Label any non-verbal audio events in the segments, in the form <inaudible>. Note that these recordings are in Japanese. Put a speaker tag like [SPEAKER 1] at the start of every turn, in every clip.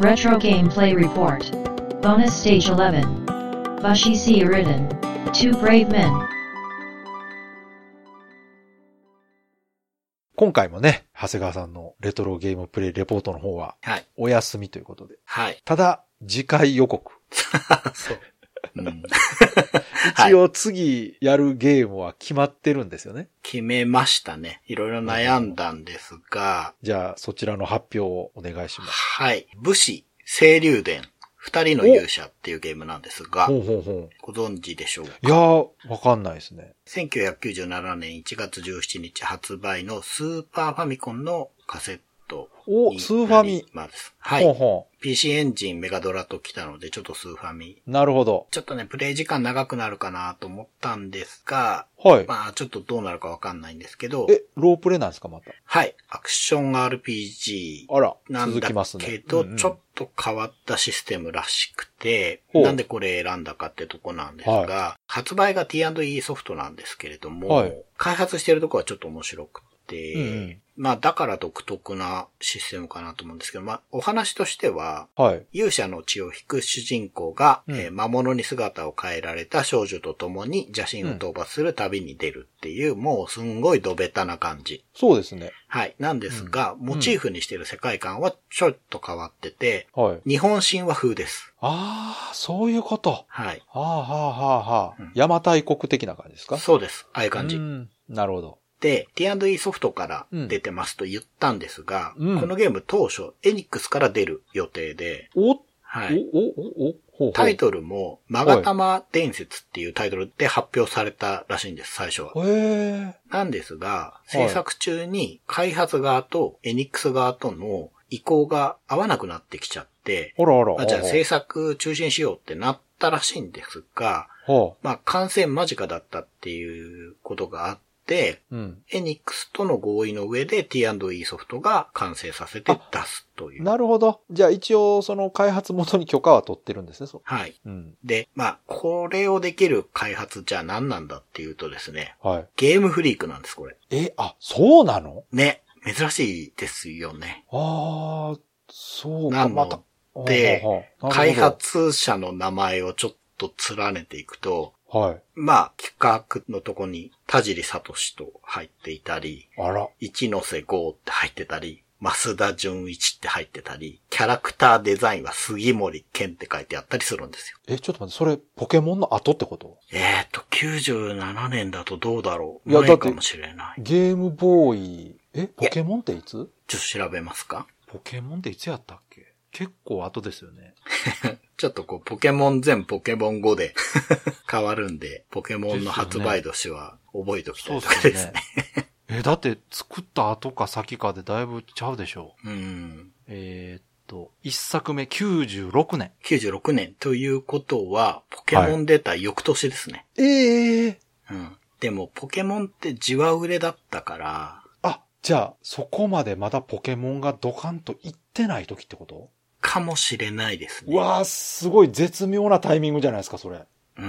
[SPEAKER 1] Retro Gameplay Report. Bonus Stage 11. Vashisi Iriden. Two Brave Men.
[SPEAKER 2] 今回もね、長谷川さんのレトロゲームプレイレポートの方は
[SPEAKER 3] はい。
[SPEAKER 2] お休みということで。
[SPEAKER 3] はい。
[SPEAKER 2] ただ、次回予告。
[SPEAKER 3] そう。 <laughs> うん、
[SPEAKER 2] 一応次やるゲームは決まってるんですよね。
[SPEAKER 3] 決めましたね。いろいろ悩んだんですが、
[SPEAKER 2] じゃあ、そちらの発表をお願いします。
[SPEAKER 3] はい。武士、清流伝、二人の勇者っていうゲームなんですが
[SPEAKER 2] ほ、うほうほ
[SPEAKER 3] ご存知でしょうか
[SPEAKER 2] う。いやー、わかんないですね。
[SPEAKER 3] 1997年1月17日発売のスーパーファミコンのカセット
[SPEAKER 2] お、
[SPEAKER 3] に
[SPEAKER 2] スーファ
[SPEAKER 3] な
[SPEAKER 2] ミ
[SPEAKER 3] り。ます。は
[SPEAKER 2] ほう
[SPEAKER 3] い。
[SPEAKER 2] ほ
[SPEAKER 3] PC エンジンメガドラと来たので、ちょっとスーファミ。
[SPEAKER 2] う。なるほど。
[SPEAKER 3] ちょっとね、プレイ時間長くなるかなと思ったんですが、
[SPEAKER 2] はい。
[SPEAKER 3] まあ、ちょっとどうなるかわかんないんですけど、
[SPEAKER 2] え、ロープレイなんですか、また。
[SPEAKER 3] はい。アクション RPG
[SPEAKER 2] あら、
[SPEAKER 3] なん
[SPEAKER 2] 続
[SPEAKER 3] だ
[SPEAKER 2] きますね。
[SPEAKER 3] けど、
[SPEAKER 2] うんうん
[SPEAKER 3] ちょっと変わったシステムらしくて、
[SPEAKER 2] ほう
[SPEAKER 3] なんでこれ選んだかってとこなんですが、
[SPEAKER 2] は
[SPEAKER 3] 発売が T&E ソフトなんですけれども、
[SPEAKER 2] はい
[SPEAKER 3] 開発してるとこはちょっと面白くて、
[SPEAKER 2] うんうん
[SPEAKER 3] まあだから独特なシステムかなと思うんですけど、まあお話としては、
[SPEAKER 2] はい。
[SPEAKER 3] 勇者の血を引く主人公が、
[SPEAKER 2] うん
[SPEAKER 3] えー魔物に姿を変えられた少女と共に邪神を討伐する旅に出るっていう、もうすんごいどべたな感じ。
[SPEAKER 2] そうですね。
[SPEAKER 3] はい。なんですが、モチーフにしてる世界観はちょっと変わってて、
[SPEAKER 2] はい。
[SPEAKER 3] 日本神話風です。
[SPEAKER 2] あー、そういうこと。
[SPEAKER 3] はい。
[SPEAKER 2] はあはあはあはあ。
[SPEAKER 3] うん
[SPEAKER 2] 邪馬台国的な感じですか
[SPEAKER 3] そうです。ああいう感
[SPEAKER 2] う
[SPEAKER 3] じ。
[SPEAKER 2] んなるほど。
[SPEAKER 3] で、T&E ソフトから出てますと言ったんですが、
[SPEAKER 2] うん
[SPEAKER 3] このゲーム当初、エニックスから出る予定で、
[SPEAKER 2] お、
[SPEAKER 3] はい。
[SPEAKER 2] お、お、お、お、ほう
[SPEAKER 3] タイトルも、マガタマ伝説っていうタイトルで発表されたらしいんです、最初は。
[SPEAKER 2] ル。へえ。
[SPEAKER 3] なんですが、
[SPEAKER 2] はい
[SPEAKER 3] 制作中に開発側とエニックス側との意向が合わなくなってきちゃって、
[SPEAKER 2] あらあら。
[SPEAKER 3] まあ、じゃあ
[SPEAKER 2] ほう
[SPEAKER 3] 制作中心しようってなったらしいんですが、
[SPEAKER 2] ほ
[SPEAKER 3] まあ完成間近だったっていうことがあって、
[SPEAKER 2] う。うん。
[SPEAKER 3] エニックスとの合意の上で T&E ソフトが完成させて出すという。
[SPEAKER 2] なるほど。じゃあ一応、その開発元に許可は取ってるんですね、そう。
[SPEAKER 3] はい。
[SPEAKER 2] うん。
[SPEAKER 3] で、まあ、これをできる開発じゃあ何なんだっていうとですね、
[SPEAKER 2] はい。
[SPEAKER 3] ゲームフリークなんです、これ。
[SPEAKER 2] え、あ、そうなの
[SPEAKER 3] ね。珍しいですよね。
[SPEAKER 2] ああ、そう
[SPEAKER 3] な
[SPEAKER 2] か、また
[SPEAKER 3] の。で
[SPEAKER 2] ほうほうほう
[SPEAKER 3] 開。発者の名前をちょっと連ねていくと、
[SPEAKER 2] なるほどはい。
[SPEAKER 3] まあ、企画のとこに田尻聡と入っていたり、
[SPEAKER 2] あら。
[SPEAKER 3] 一ノ瀬剛って入ってたり、増田純一って入ってたり、キャラクターデザインは杉森健って書いてあったりするんですよ。
[SPEAKER 2] え、ちょっと待って、それ、ポケモンの後ってこと
[SPEAKER 3] えっ、ー、と、97年だとどうだろう
[SPEAKER 2] いや
[SPEAKER 3] 前
[SPEAKER 2] だって
[SPEAKER 3] かもしれない。
[SPEAKER 2] ゲームボーイ、え、ポケモンっていつ
[SPEAKER 3] ちょっと調べますか
[SPEAKER 2] ポケモンっていつやったっけ結構後ですよね。
[SPEAKER 3] ちょっとこう、ポケモン全ポケモン5で
[SPEAKER 2] <laughs>
[SPEAKER 3] 変わるんで、ポケモンの発売年は覚えておきたいとかですね。。
[SPEAKER 2] <laughs> え、だって、作った後か先かでだいぶちゃうでしょう。
[SPEAKER 3] うん。
[SPEAKER 2] えーっと、一作目96年。
[SPEAKER 3] 96年ということは、ポケモン出た翌年ですね。
[SPEAKER 2] ええ
[SPEAKER 3] うん。でも、ポケモンってじわ売れだったから、
[SPEAKER 2] あ、じゃあ、そこまでまだポケモンがドカンと行ってない時ってこと
[SPEAKER 3] かもしれないですね。
[SPEAKER 2] うわー、すごい絶妙なタイミングじゃないですか、それ。
[SPEAKER 3] うー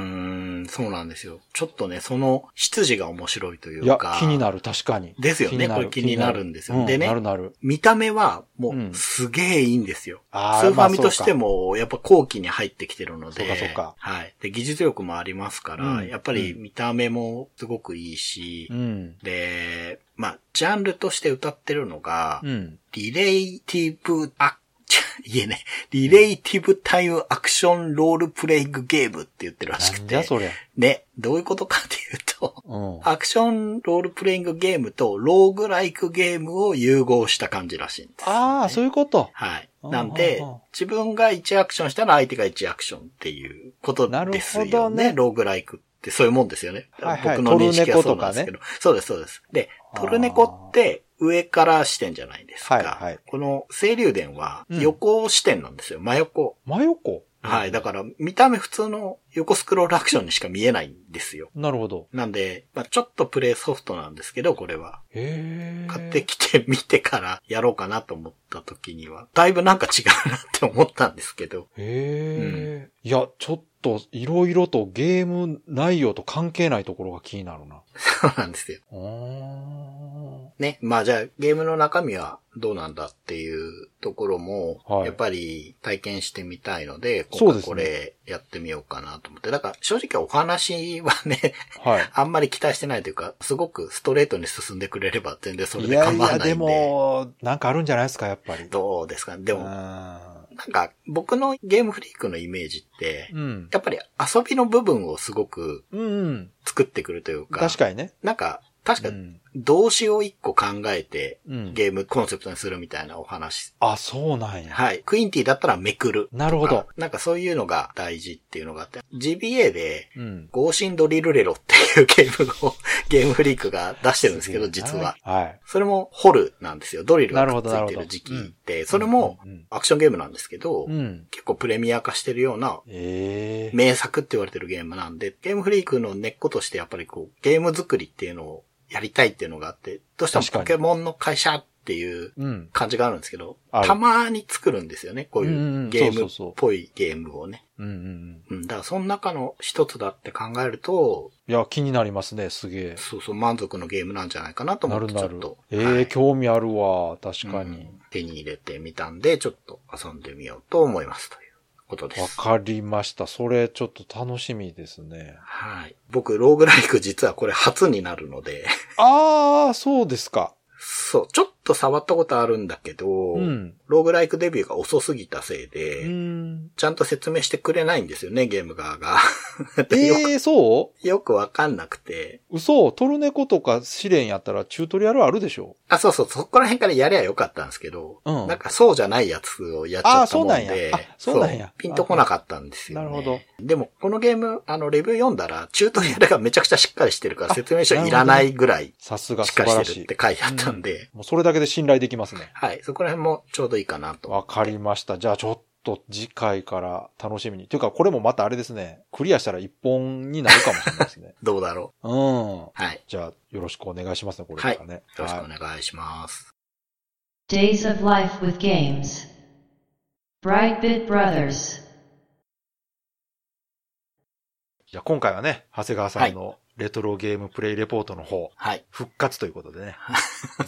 [SPEAKER 3] ん、そうなんですよ。ちょっとね、その、出自が面白いという
[SPEAKER 2] いや
[SPEAKER 3] か。、
[SPEAKER 2] 気になる、確かに。
[SPEAKER 3] ですよね
[SPEAKER 2] 気になる
[SPEAKER 3] これ気になるんですよ
[SPEAKER 2] 気になる
[SPEAKER 3] でね
[SPEAKER 2] うんなるなる。
[SPEAKER 3] 見た目は、も
[SPEAKER 2] う
[SPEAKER 3] う、
[SPEAKER 2] ん
[SPEAKER 3] すげえいいんですよ。
[SPEAKER 2] あ
[SPEAKER 3] スーファミとして
[SPEAKER 2] も。
[SPEAKER 3] も、やっぱ後期に入ってきてるので。
[SPEAKER 2] そうかそうか
[SPEAKER 3] はい。で、技術力もありますから、
[SPEAKER 2] うん
[SPEAKER 3] やっぱり見た目もすごくいいし、
[SPEAKER 2] うん。
[SPEAKER 3] で、まあ、ジャンルとして歌ってるのが、
[SPEAKER 2] うん。
[SPEAKER 3] リレイティブ、あ、ちょ <laughs> 言えね、リレイティブタイムアクションロールプレイングゲームって言ってるらしく
[SPEAKER 2] なんじ
[SPEAKER 3] て
[SPEAKER 2] ゃ。そりゃ。
[SPEAKER 3] ね、どういうことかっていうと、
[SPEAKER 2] うん。
[SPEAKER 3] アクションロールプレイングゲームとローグライクゲームを融合した感じらしいんです。
[SPEAKER 2] ああ、そういうこと。
[SPEAKER 3] はい。
[SPEAKER 2] あー
[SPEAKER 3] なんで
[SPEAKER 2] あー、
[SPEAKER 3] 自分が1アクションしたら相手が1アクションっていうことですよ
[SPEAKER 2] なるほど
[SPEAKER 3] ね。
[SPEAKER 2] ね
[SPEAKER 3] ローグライクってそういうもんですよね。
[SPEAKER 2] はいはい
[SPEAKER 3] 僕の認識はそうなんですけど。そうです、そうです。で、トルネコって上から視点じゃないですか。
[SPEAKER 2] はいはい
[SPEAKER 3] この清流伝は
[SPEAKER 2] うん
[SPEAKER 3] 横視点なんですよ。真横。
[SPEAKER 2] 真横
[SPEAKER 3] はい。だから見た目普通の横スクロールアクションにしか見えないんですよ。
[SPEAKER 2] なるほど。
[SPEAKER 3] なんで、まあ、ちょっとプレイソフトなんですけど、これは。
[SPEAKER 2] へえ。
[SPEAKER 3] 買ってきて見てからやろうかなと思った時には、だいぶなんか違うなって思ったんですけど。 <laughs>
[SPEAKER 2] へえ、いや、ちょっといろいろとゲーム内容と関係ないところが気になるな。
[SPEAKER 3] そうなんですよ。
[SPEAKER 2] あー
[SPEAKER 3] ね。まあじゃあゲームの中身はどうなんだっていうところも、
[SPEAKER 2] はい
[SPEAKER 3] やっぱり体験してみたいので、
[SPEAKER 2] そ
[SPEAKER 3] 今
[SPEAKER 2] うで
[SPEAKER 3] 回
[SPEAKER 2] すね
[SPEAKER 3] これやってみようかなと思って。だから正直お話はね、 <laughs>
[SPEAKER 2] はい。
[SPEAKER 3] あんまり期待してないというか、すごくストレートに進んでくれれば全然それ
[SPEAKER 2] い
[SPEAKER 3] で
[SPEAKER 2] や
[SPEAKER 3] 構
[SPEAKER 2] い
[SPEAKER 3] わない
[SPEAKER 2] や、で
[SPEAKER 3] んで。
[SPEAKER 2] も、なんかあるんじゃないですか、やっぱり。
[SPEAKER 3] どうですかねで
[SPEAKER 2] う
[SPEAKER 3] も、なん
[SPEAKER 2] ん
[SPEAKER 3] か僕のゲームフリークのイメージって、
[SPEAKER 2] うん。
[SPEAKER 3] やっぱり遊びの部分をすごく
[SPEAKER 2] うん。
[SPEAKER 3] 作ってくるというか、
[SPEAKER 2] 確かにね。
[SPEAKER 3] なんか、確
[SPEAKER 2] う
[SPEAKER 3] か
[SPEAKER 2] ん。
[SPEAKER 3] 動詞を一個考えて、
[SPEAKER 2] うん。
[SPEAKER 3] ゲームコンセプトにするみたいなお話。
[SPEAKER 2] あ、そうなんや。
[SPEAKER 3] はい。クインティだったらめくる。
[SPEAKER 2] なるほど。
[SPEAKER 3] なんかそういうのが大事っていうのがあって、GBA で、
[SPEAKER 2] うん。
[SPEAKER 3] 合心ドリルレロっていうゲームを、 <laughs> ゲームフリークが出してるんですけど、
[SPEAKER 2] すげえな
[SPEAKER 3] 実は。。
[SPEAKER 2] はい。
[SPEAKER 3] それも、掘るなんですよ。ドリル
[SPEAKER 2] な
[SPEAKER 3] が
[SPEAKER 2] る
[SPEAKER 3] く
[SPEAKER 2] ほ
[SPEAKER 3] っつ
[SPEAKER 2] どなる
[SPEAKER 3] い
[SPEAKER 2] ほ
[SPEAKER 3] て
[SPEAKER 2] ど
[SPEAKER 3] る時期って、それも、
[SPEAKER 2] うん、
[SPEAKER 3] アクションゲームなんですけど
[SPEAKER 2] う、ん。
[SPEAKER 3] 結構プレミア化してるような
[SPEAKER 2] ええ
[SPEAKER 3] 名作って言われてるゲームなんで、ゲームフリークの根っことしてやっぱりこう、ゲーム作りっていうのをやりたいっていうのがあって、どうしても
[SPEAKER 2] 確か
[SPEAKER 3] ポ
[SPEAKER 2] に
[SPEAKER 3] ケモンの会社っていう
[SPEAKER 2] うん。
[SPEAKER 3] 感じがあるんですけど、
[SPEAKER 2] ある
[SPEAKER 3] たまに作るんですよね、こうい
[SPEAKER 2] んうんう
[SPEAKER 3] うんうゲ
[SPEAKER 2] そう
[SPEAKER 3] ーム
[SPEAKER 2] そうそう
[SPEAKER 3] っぽいゲームをね。
[SPEAKER 2] うんうんうん。
[SPEAKER 3] うん、だからその中の一つだって考えると、
[SPEAKER 2] いや、気になりますね、すげえ。
[SPEAKER 3] そうそう満足のゲームなんじゃないかなと
[SPEAKER 2] な
[SPEAKER 3] 思っ
[SPEAKER 2] る
[SPEAKER 3] て、ち
[SPEAKER 2] な
[SPEAKER 3] ょ
[SPEAKER 2] る
[SPEAKER 3] っと。。
[SPEAKER 2] ええ
[SPEAKER 3] はい
[SPEAKER 2] 興味あるわ。確かに。
[SPEAKER 3] うん手に入れてみたんで、ちょっと遊んでみようと思いますということで
[SPEAKER 2] わ
[SPEAKER 3] す。
[SPEAKER 2] かりました。それ、ちょっと楽しみですね。
[SPEAKER 3] はい。僕、ローグライク実はこれ初になるので、 <laughs>
[SPEAKER 2] ああ、そうですか。
[SPEAKER 3] そう、ちょっと触ったことあるんだけど、
[SPEAKER 2] うん。
[SPEAKER 3] ローグライクデビューが遅すぎたせいうで、
[SPEAKER 2] ん。
[SPEAKER 3] ちゃんと説明してくれないんですよね、ゲーム側が。 <laughs> よ
[SPEAKER 2] ええそう
[SPEAKER 3] よくわかんなくて。
[SPEAKER 2] 嘘トルネコとか試練やったらチュートリアルあるでしょ
[SPEAKER 3] あ、そうそう、そこら辺からやりゃよかったんですけど、
[SPEAKER 2] うん
[SPEAKER 3] なんかそうじゃないやつをやっちゃったもんで、
[SPEAKER 2] あそうなんやあそうなんや
[SPEAKER 3] ピンとこなかったんですよ、ね。
[SPEAKER 2] なるほど。
[SPEAKER 3] でも、このゲーム、あの、レビュー読んだら、チュートリアルがめちゃくちゃしっかりしてるから、説明書いらないぐらい
[SPEAKER 2] さすが
[SPEAKER 3] し
[SPEAKER 2] 素
[SPEAKER 3] っか
[SPEAKER 2] 晴
[SPEAKER 3] り
[SPEAKER 2] ら
[SPEAKER 3] して
[SPEAKER 2] し
[SPEAKER 3] る
[SPEAKER 2] い
[SPEAKER 3] って。書いてあったんで、
[SPEAKER 2] もうそれだけで信頼できますね。
[SPEAKER 3] はい、そこら辺もちょうどいいかなと。
[SPEAKER 2] わかりました。じゃあちょっと次回から楽しみに。というかこれもまたあれですね。クリアしたら一本になるかもしれないですね。
[SPEAKER 3] どうだろ
[SPEAKER 2] <laughs> うん。
[SPEAKER 3] う。はい、
[SPEAKER 2] じゃあよろしくお願いしますね、これからね。
[SPEAKER 3] よろしくお
[SPEAKER 2] はい
[SPEAKER 3] 願いします。
[SPEAKER 1] Days of Life with Games. Brightbit Brothers.
[SPEAKER 2] じゃあ今回はね、長谷川さんのレトロゲームプレイレポートの方、
[SPEAKER 3] はい。
[SPEAKER 2] 復活ということ
[SPEAKER 3] <laughs>
[SPEAKER 2] でね。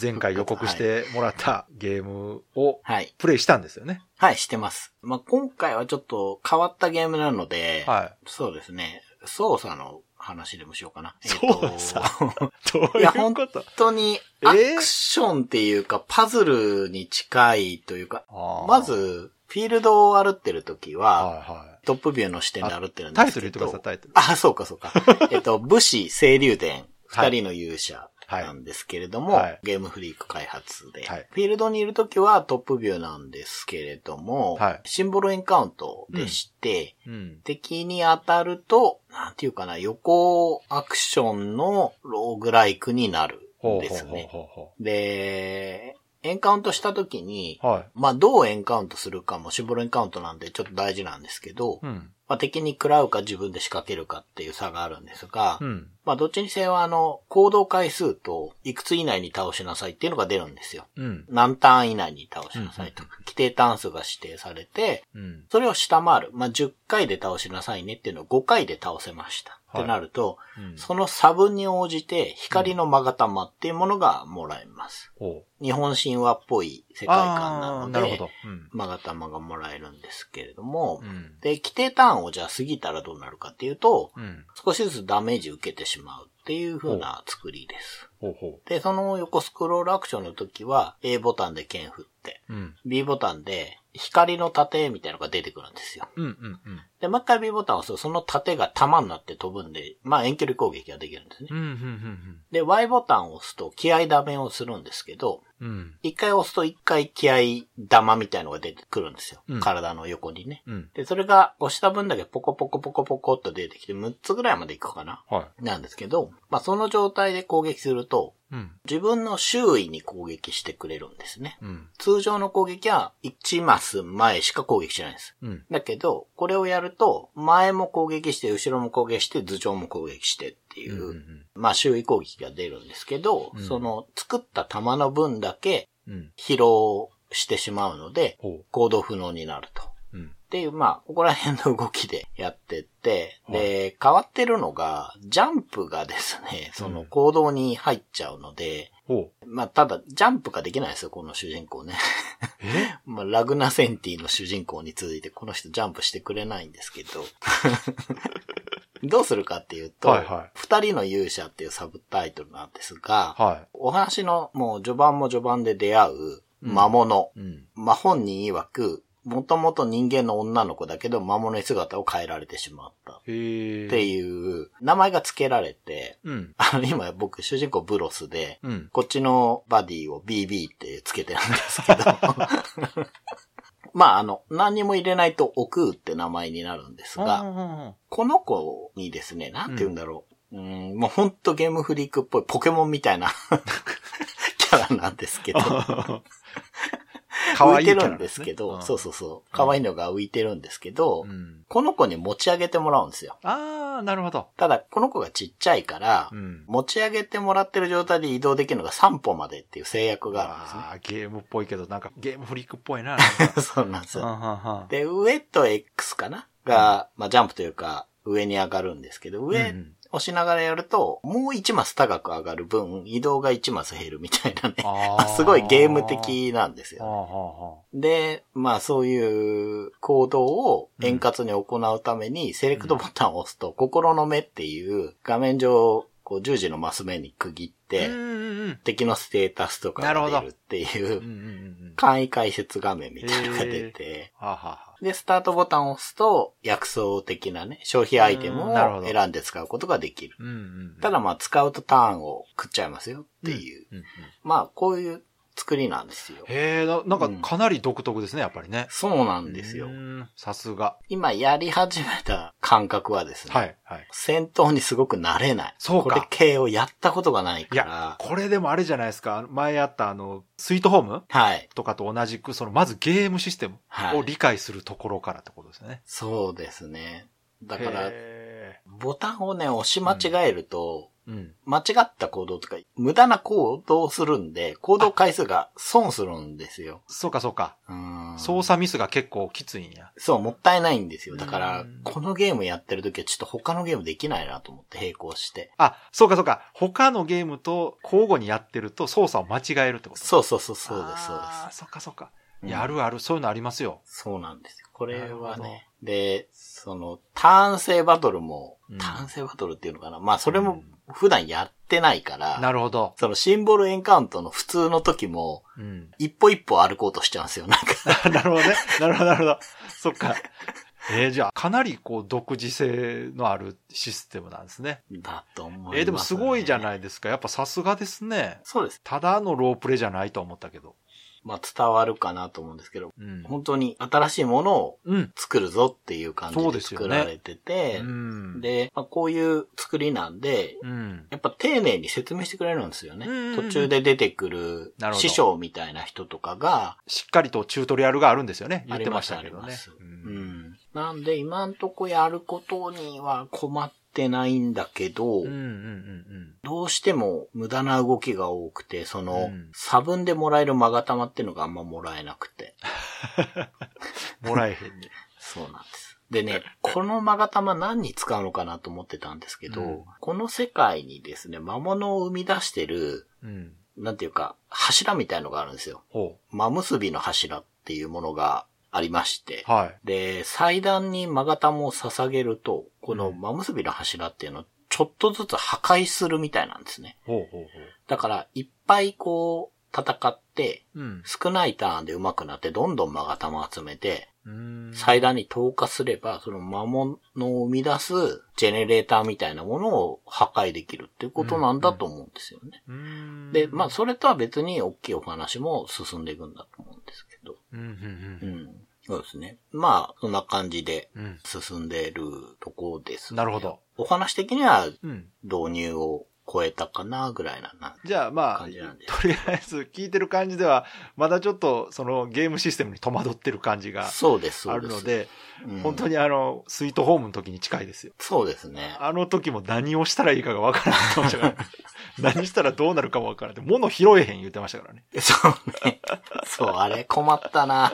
[SPEAKER 2] 前回予告してもらったゲームを
[SPEAKER 3] はい。
[SPEAKER 2] プレイしたんですよね。
[SPEAKER 3] はい、してます。まあ、今回はちょっと変わったゲームなので、
[SPEAKER 2] はい。
[SPEAKER 3] そうですね、操作の話でもしようかな。
[SPEAKER 2] 操作
[SPEAKER 3] 本
[SPEAKER 2] どうい
[SPEAKER 3] い
[SPEAKER 2] う
[SPEAKER 3] や
[SPEAKER 2] こと
[SPEAKER 3] 当に
[SPEAKER 2] えー
[SPEAKER 3] アクションっていうか、パズルに近いというか、ま、ず、フィールドを歩ってるとき
[SPEAKER 2] あー
[SPEAKER 3] は、
[SPEAKER 2] は
[SPEAKER 3] トップビューの視点で歩ってる
[SPEAKER 2] い。
[SPEAKER 3] ん
[SPEAKER 2] タ
[SPEAKER 3] で
[SPEAKER 2] イ
[SPEAKER 3] す
[SPEAKER 2] トル
[SPEAKER 3] け
[SPEAKER 2] 言ってくださ
[SPEAKER 3] ど
[SPEAKER 2] い、。タイトル。
[SPEAKER 3] あ、そうかそうか。えっと、武士、青竜伝、
[SPEAKER 2] はい
[SPEAKER 3] 二人の勇者なんですけれども、
[SPEAKER 2] はい
[SPEAKER 3] ゲームフリーク開発で、
[SPEAKER 2] はい
[SPEAKER 3] フィールドにいるときはトップビューなんですけれども、
[SPEAKER 2] はい
[SPEAKER 3] シンボルエンカウントでして、
[SPEAKER 2] うん。
[SPEAKER 3] 敵に当たると、なんていうかな、横アクションのローグライクになるん
[SPEAKER 2] ほう
[SPEAKER 3] で
[SPEAKER 2] ほう
[SPEAKER 3] す
[SPEAKER 2] ほう
[SPEAKER 3] ね。
[SPEAKER 2] ほうほ
[SPEAKER 3] で、エンカウントしたときに
[SPEAKER 2] う。、はい。
[SPEAKER 3] まあどうエンカウントするかもシンボルエンカウントなんでちょっと大事なんですけど、
[SPEAKER 2] うん。
[SPEAKER 3] まあ、敵に食らうか自分で仕掛けるかっていう差があるんですが、
[SPEAKER 2] うん。
[SPEAKER 3] まあどっちにせよあの、行動回数といくつ以内に倒しなさいっていうのが出るんですよ。
[SPEAKER 2] うん。
[SPEAKER 3] 何ターン以内に倒しなさいとか、規定単数が指定されて、
[SPEAKER 2] うん。
[SPEAKER 3] それを下回る。まあ10回で倒しなさいねっていうのを5回で倒せました。
[SPEAKER 2] はい
[SPEAKER 3] ってなると、
[SPEAKER 2] うん
[SPEAKER 3] その差分に応じて光の勾玉っていうものがもらえます。
[SPEAKER 2] ほう
[SPEAKER 3] 日本神話っぽい世界観な
[SPEAKER 2] あ
[SPEAKER 3] の
[SPEAKER 2] ー
[SPEAKER 3] で、
[SPEAKER 2] なるほど。うん。
[SPEAKER 3] 勾玉がもらえるんですけれども、
[SPEAKER 2] うん。
[SPEAKER 3] で、規定ターンをじゃあ過ぎたらどうなるかっていうと、
[SPEAKER 2] うん。
[SPEAKER 3] 少しずつダメージ受けてしまうっていう風な作りです。
[SPEAKER 2] ほうほ
[SPEAKER 3] で、その横スクロールアクションの時は A ボタンで剣振って、
[SPEAKER 2] う。うん。
[SPEAKER 3] B ボタンで光の盾みたいなのが出てくるんですよ。
[SPEAKER 2] うんうんうん。
[SPEAKER 3] で、もう一回 B ボタンを押すとその盾が弾になって飛ぶんで、まあ遠距離攻撃ができるんですね
[SPEAKER 2] う。んうん
[SPEAKER 3] で、Y ボタンを押すと気合ダメをするんですけど、
[SPEAKER 2] うんうん。うん。
[SPEAKER 3] 一回押すと一回気合玉みたいのが出てくるんですよ。
[SPEAKER 2] うん
[SPEAKER 3] 体の横にね。
[SPEAKER 2] うん。
[SPEAKER 3] で、それが押した分だけポコポコポコポコっと出てきて、6つぐらいまでいくかな
[SPEAKER 2] は
[SPEAKER 3] なんですけど、まあその状態で攻撃すると、
[SPEAKER 2] い。うん。
[SPEAKER 3] 自分の周囲に攻撃してくれるんですね。
[SPEAKER 2] うん。
[SPEAKER 3] 通常の攻撃は1マス前しか攻撃しないんです。
[SPEAKER 2] うん。
[SPEAKER 3] だけど、これをやると、前も攻撃して、後ろも攻撃して、頭上も攻撃してっていうう、
[SPEAKER 2] ん。
[SPEAKER 3] まあ周囲攻撃が出るんですけど、
[SPEAKER 2] うん
[SPEAKER 3] その作った弾の分だけ
[SPEAKER 2] うん。
[SPEAKER 3] 疲労してしまうので、
[SPEAKER 2] ほ
[SPEAKER 3] 行動不能になると。
[SPEAKER 2] う。うん。
[SPEAKER 3] っていう、まあ、ここら辺の動きでやってって、で、変わってるのが、ジャンプがですね、その行動に入っちゃうので、
[SPEAKER 2] ほう。
[SPEAKER 3] まあ、ただ、ジャンプができないですよ、この主人公ね。
[SPEAKER 2] え
[SPEAKER 3] <laughs> まあ、ラグナセンティの主人公に続いて、この人ジャンプしてくれないんですけ
[SPEAKER 2] <laughs>
[SPEAKER 3] ど。どうするかっていうと、
[SPEAKER 2] はいはい
[SPEAKER 3] 二人の勇者っていうサブタイトルなんですが、
[SPEAKER 2] は
[SPEAKER 3] お話のもう序盤も序盤で出会う魔物。
[SPEAKER 2] い。うん。
[SPEAKER 3] まあ、本人曰く、もともと人間の女の子だけど魔物に姿を変えられてしまった。
[SPEAKER 2] へえ。
[SPEAKER 3] っていう、名前が付けられて、
[SPEAKER 2] うん。
[SPEAKER 3] あの、今僕主人公ブロスで、
[SPEAKER 2] うん。
[SPEAKER 3] こっちのバディを BB ってつけてるんですけど。 <laughs> まあ、あの、何にも入れないと奥って名前になるんですが、
[SPEAKER 2] が、
[SPEAKER 3] この子にですね、なんて言うんだろう。うーん、もうほんとゲームフリークっぽいポケモンみたいな <laughs> キャラなんですけど。 <laughs>
[SPEAKER 2] 可
[SPEAKER 3] 浮
[SPEAKER 2] 愛
[SPEAKER 3] い
[SPEAKER 2] いキ
[SPEAKER 3] て
[SPEAKER 2] ャラ
[SPEAKER 3] るんですけど、そうそうそう。可愛いのが浮いてるんですけど、
[SPEAKER 2] うん。うん。
[SPEAKER 3] この子に持ち上げてもらうんですよ。
[SPEAKER 2] あー、なるほど。
[SPEAKER 3] ただ、この子がちっちゃいから、
[SPEAKER 2] うん。
[SPEAKER 3] 持ち上げてもらってる状態で移動できるのが3歩までっていう制約があるんですね。
[SPEAKER 2] あー、ゲームっぽいけど、なんかゲームフリークっぽいな。なんか
[SPEAKER 3] <laughs> そうなんです
[SPEAKER 2] うんう
[SPEAKER 3] よ。
[SPEAKER 2] んうん
[SPEAKER 3] で、上と X かなが、まあ、ジャンプというか、上に上がるんですけど、上 <laughs>
[SPEAKER 2] うん
[SPEAKER 3] 押しながらやると、もう1マス高く上がる分、移動が1マス減るみたいなね。
[SPEAKER 2] あ
[SPEAKER 3] まあ、
[SPEAKER 2] ー
[SPEAKER 3] <laughs> すごいゲーム。的なんです
[SPEAKER 2] はあ
[SPEAKER 3] よ。
[SPEAKER 2] はあはあ
[SPEAKER 3] で、まあそういう行動を円滑に行うために、セレクトボタンを押すと、心の目っていう画面上、こう十字のマス目に区切って、
[SPEAKER 2] うんうんうん
[SPEAKER 3] 敵のステータスとかが出るっていう
[SPEAKER 2] うんう、んうんうん。
[SPEAKER 3] 簡易解説画面みたいなのが出て、
[SPEAKER 2] はあはあは
[SPEAKER 3] で、スタートボタンを押すと、薬草的なね、消費アイテム
[SPEAKER 2] うんなるほ
[SPEAKER 3] を
[SPEAKER 2] ど
[SPEAKER 3] 選んで使うことができる。
[SPEAKER 2] あ。うんうんうん。
[SPEAKER 3] ただまあ、使うとターンを食っちゃいますよっていう。
[SPEAKER 2] うんうんうん。
[SPEAKER 3] まあ、こういう作りなんですよ。
[SPEAKER 2] へえ、ななんかかなり独特ですね、やっぱりね。
[SPEAKER 3] そうなんですよ
[SPEAKER 2] う。ん。さすが。
[SPEAKER 3] 今やり始めた感覚はですね、
[SPEAKER 2] はい、はい。
[SPEAKER 3] 戦闘にすごく慣れない。
[SPEAKER 2] そうか
[SPEAKER 3] これ系をやったことがない
[SPEAKER 2] い
[SPEAKER 3] か
[SPEAKER 2] や
[SPEAKER 3] ら、、
[SPEAKER 2] これでもあれじゃないですか。前あったあの、スイートホーム
[SPEAKER 3] はい。
[SPEAKER 2] とかと同じく、その、まずゲームシステム
[SPEAKER 3] はい
[SPEAKER 2] を理解するところからってことですね。
[SPEAKER 3] そうですね。だから、
[SPEAKER 2] へ
[SPEAKER 3] ボタンをね、押し間違えると、
[SPEAKER 2] ーうん。
[SPEAKER 3] 間違った行動とか、無駄な行動をするんで、行動回数が損するんですよ。
[SPEAKER 2] そうか、そうか。
[SPEAKER 3] うん
[SPEAKER 2] 操作ミスが結構きついんや。
[SPEAKER 3] そう、もったいないんですよ。だから、
[SPEAKER 2] うん
[SPEAKER 3] このゲームやってる時はちょっと他のゲームできないなと思って並行して。
[SPEAKER 2] あ、そうか、そうか。他のゲームと交互にやってると操作を間違えるってこと
[SPEAKER 3] そうそうそう、そうです、そう
[SPEAKER 2] あー
[SPEAKER 3] で
[SPEAKER 2] そっか、そっか。
[SPEAKER 3] す。
[SPEAKER 2] いや、あるある。そういうのありますよ。
[SPEAKER 3] そうなんですよ。これは
[SPEAKER 2] なる
[SPEAKER 3] ね。で、その、ターン制バトルも
[SPEAKER 2] うん、
[SPEAKER 3] ターン制バトルっていうのかな。まあ、それも普段やってないから、
[SPEAKER 2] なるほど。
[SPEAKER 3] そのシンボルエンカウントの普通の時も、
[SPEAKER 2] うん。
[SPEAKER 3] 一歩一歩歩こうとしちゃうんですよ。なん
[SPEAKER 2] <laughs>
[SPEAKER 3] か、
[SPEAKER 2] なるほどね。なるほど、なるほど。そっか。えーじゃあ、かなりこう、独自性のあるシステムなんですね。
[SPEAKER 3] だと思います、。
[SPEAKER 2] えーでもすごいじゃないいですか。やっぱさすがですね。
[SPEAKER 3] そうです。
[SPEAKER 2] ただのロープレじゃないと思ったけど。
[SPEAKER 3] まあ、伝わるかなと思うんですけど、
[SPEAKER 2] うん。
[SPEAKER 3] 本当に新しいものを
[SPEAKER 2] うん。
[SPEAKER 3] 作るぞっていう感じ
[SPEAKER 2] そうで
[SPEAKER 3] です
[SPEAKER 2] よね
[SPEAKER 3] 作られてて、
[SPEAKER 2] うん。
[SPEAKER 3] で、まあ、こういう作りなんで、
[SPEAKER 2] うん。
[SPEAKER 3] やっぱ丁寧に説明してくれるんですよね。
[SPEAKER 2] うんうんうん
[SPEAKER 3] 途中で出てくる
[SPEAKER 2] なるほど
[SPEAKER 3] 師匠みたいな人とかが、
[SPEAKER 2] しっかりとチュートリアルがあるんですよね。言ってましたけど
[SPEAKER 3] あり
[SPEAKER 2] ね
[SPEAKER 3] ます。あ
[SPEAKER 2] う
[SPEAKER 3] り
[SPEAKER 2] ん
[SPEAKER 3] ますうんなんで今んとこやることには困ってないんだけど、
[SPEAKER 2] うんうんうん
[SPEAKER 3] どうしても無駄な動きが多くて、その、
[SPEAKER 2] うん
[SPEAKER 3] 差分でもらえるマガタマっていうのがあんまもらえなくて。
[SPEAKER 2] うん。もらえへ
[SPEAKER 3] <laughs>
[SPEAKER 2] んね。
[SPEAKER 3] そうなんです。でね、このマガタマ何に使うのかなと思ってたんですけど、
[SPEAKER 2] うん
[SPEAKER 3] この世界にですね、魔物を生み出してる、
[SPEAKER 2] うん。
[SPEAKER 3] なんていうか、柱みたいのがあるんですよ。
[SPEAKER 2] ほ
[SPEAKER 3] マ結びの柱っていうものがありまして
[SPEAKER 2] う。、はい。
[SPEAKER 3] で、祭壇にマガタマを捧げると、このマ結びの柱っていうのをちょっとずつ破壊するみたいなんですね。
[SPEAKER 2] ほうほうほ
[SPEAKER 3] だから、いっぱいこう、戦って、
[SPEAKER 2] う。うん
[SPEAKER 3] 少ないターンで上手くなって、どんどんマガタマ集めて、
[SPEAKER 2] うん。
[SPEAKER 3] 祭壇に投下すれば、その魔物を生み出すジェネレーターみたいなものを破壊できるっていうことなんだと思うんですよね。
[SPEAKER 2] うん
[SPEAKER 3] で、まあ、それとは別に大きいお話も進んでいくんだと思うんですけど。
[SPEAKER 2] うんうん
[SPEAKER 3] う
[SPEAKER 2] うん
[SPEAKER 3] ん。そうですね。まあ、そんな感じで
[SPEAKER 2] うん。
[SPEAKER 3] 進んでるとこです、
[SPEAKER 2] なるほど。
[SPEAKER 3] お話的には
[SPEAKER 2] うん。
[SPEAKER 3] 導入を超えたかな、ぐらいなな
[SPEAKER 2] じゃあまあ、
[SPEAKER 3] 感じなんで。
[SPEAKER 2] とりあえず聞いてる感じでは、まだちょっとそのゲームシステムに戸惑ってる感じが
[SPEAKER 3] そうです、そ
[SPEAKER 2] あ
[SPEAKER 3] う
[SPEAKER 2] る
[SPEAKER 3] です。
[SPEAKER 2] ので、
[SPEAKER 3] うん
[SPEAKER 2] 本当にあの、スイートホームの時に近いですよ。
[SPEAKER 3] そうですね。
[SPEAKER 2] あの時も何をしたらいいかがわからないって言って
[SPEAKER 3] <laughs>
[SPEAKER 2] ましたから。何したらどうなるかもわからないって。物拾えへん言って
[SPEAKER 3] <laughs>
[SPEAKER 2] ましたからね。
[SPEAKER 3] そうね。そう、あれ困ったな。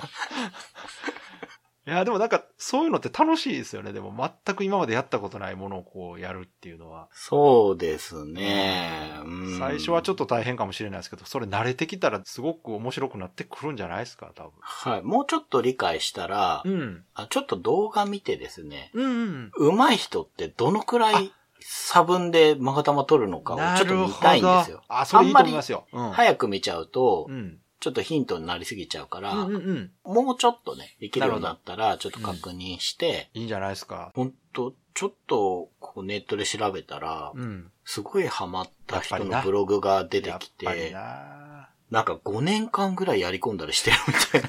[SPEAKER 2] いや、でもなんか、そういうのって楽しいですよね。でも、全く今までやったことないものをこう、やるっていうのは。
[SPEAKER 3] そうですね。うん
[SPEAKER 2] 最初はちょっと大変かもしれないですけど、それ慣れてきたらすごく面白くなってくるんじゃないですか、多
[SPEAKER 3] はい。もうちょっと理解したら、
[SPEAKER 2] 分。うん。
[SPEAKER 3] あちょっと動画見てですね、
[SPEAKER 2] うんうん。
[SPEAKER 3] 上手い人ってどのくらい差分で勾玉取るのかをちょっと見たいんですよ。
[SPEAKER 2] あ、それいいと思いますよ。うん。い。
[SPEAKER 3] 早く見ちゃうと
[SPEAKER 2] う、ん。
[SPEAKER 3] ちょっとヒントになりすぎちゃうから、
[SPEAKER 2] うんうんうん。
[SPEAKER 3] もうちょっとね、できるようになったら、ちょっと確認して、
[SPEAKER 2] いいんじゃないですか。
[SPEAKER 3] ほんと、ちょっと、こうネットで調べたら、
[SPEAKER 2] うん。
[SPEAKER 3] すごいハマった人
[SPEAKER 2] やっぱり
[SPEAKER 3] の
[SPEAKER 2] な
[SPEAKER 3] ブログが出て
[SPEAKER 2] やっ
[SPEAKER 3] き
[SPEAKER 2] ぱり
[SPEAKER 3] て、
[SPEAKER 2] な
[SPEAKER 3] なんか5年間ぐらいやり込んだりしてるみたいな。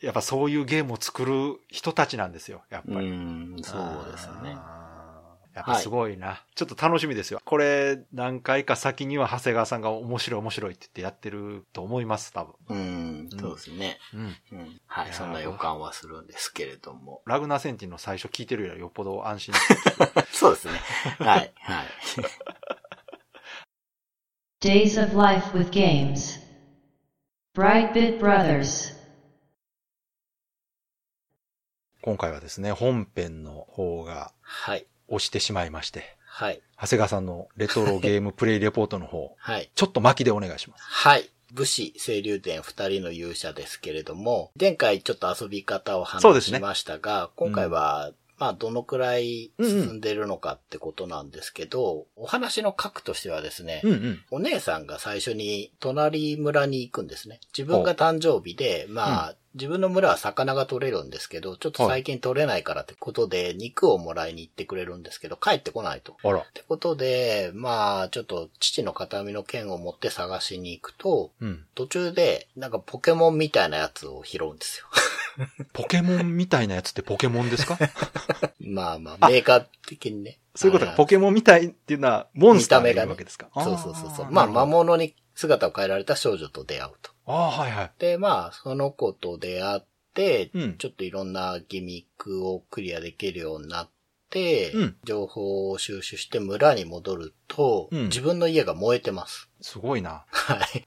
[SPEAKER 2] やっぱそういうゲームを作る人たちなんですよ、やっ
[SPEAKER 3] う
[SPEAKER 2] ぱり。
[SPEAKER 3] ーん、そうですね。
[SPEAKER 2] あー。やっぱすごいな、ちょっと楽しみですよ。これ、何回か先には長谷川さんが面白い面白いって言ってやってると思います、多分。
[SPEAKER 3] うん、そうですね。
[SPEAKER 2] うん。
[SPEAKER 3] うん。はいい、
[SPEAKER 2] や
[SPEAKER 3] そんな予感はするんですけれども。 <laughs>
[SPEAKER 2] ラグナーセンティンの最初聞いてるよりはよっぽど <laughs> 安心。
[SPEAKER 3] そうですね。はい、はい。
[SPEAKER 1] Days of Life with Games. Brightbit Brothers.
[SPEAKER 2] 今回はですね、本編の方が
[SPEAKER 3] はい、
[SPEAKER 2] 押してしまいまして、
[SPEAKER 3] はい、
[SPEAKER 2] 長谷川さんのレトロゲームプレイレポートの <laughs> 方、
[SPEAKER 3] はい。
[SPEAKER 2] ちょっと巻きでお願いします。
[SPEAKER 3] はい。武士、清流伝二人の勇者ですけれども、前回ちょっと遊び方を
[SPEAKER 2] そうで
[SPEAKER 3] 話
[SPEAKER 2] す
[SPEAKER 3] し
[SPEAKER 2] ね
[SPEAKER 3] ましたが、今回は、まあ、どのくらい進んでるのかってことなんですけど、お話の核としてはですね、
[SPEAKER 2] うんうん。
[SPEAKER 3] お姉さんが最初に隣村に行くんですね。自分が誕生日で、まあ、自分の村は魚が取れるんですけど、ちょっと最近取れないからってことで、肉をもらいに行ってくれるんですけど、帰ってこないと。
[SPEAKER 2] あら
[SPEAKER 3] っ。てことで、まあ、ちょっと父の形見の剣を持って探しに行くと、
[SPEAKER 2] うん。
[SPEAKER 3] 途中で、なんかポケモンみたいなやつを拾うんですよ。 <laughs>
[SPEAKER 2] ポケモンみたいなやつってポケモンですか
[SPEAKER 3] まあまあ、メーカー的にね。
[SPEAKER 2] そういうこと
[SPEAKER 3] あ
[SPEAKER 2] か。
[SPEAKER 3] れ
[SPEAKER 2] ポケモンみたいっていうのは、モンスターがい
[SPEAKER 3] 見た目が
[SPEAKER 2] る
[SPEAKER 3] ね
[SPEAKER 2] わけですか。
[SPEAKER 3] そうそうそうそう。
[SPEAKER 2] ー
[SPEAKER 3] ま
[SPEAKER 2] な
[SPEAKER 3] あ、
[SPEAKER 2] るほ
[SPEAKER 3] 魔
[SPEAKER 2] ど
[SPEAKER 3] 物に姿を変えられた少女と出会うと。
[SPEAKER 2] あーはいはい。
[SPEAKER 3] で、まあ、その子と出会って、
[SPEAKER 2] うん
[SPEAKER 3] ちょっといろんなギミックをクリアできるようになって、
[SPEAKER 2] うん
[SPEAKER 3] 情報を収集して村に戻ると、
[SPEAKER 2] うん
[SPEAKER 3] 自分の家が燃えてます。
[SPEAKER 2] すごいな。
[SPEAKER 3] はい。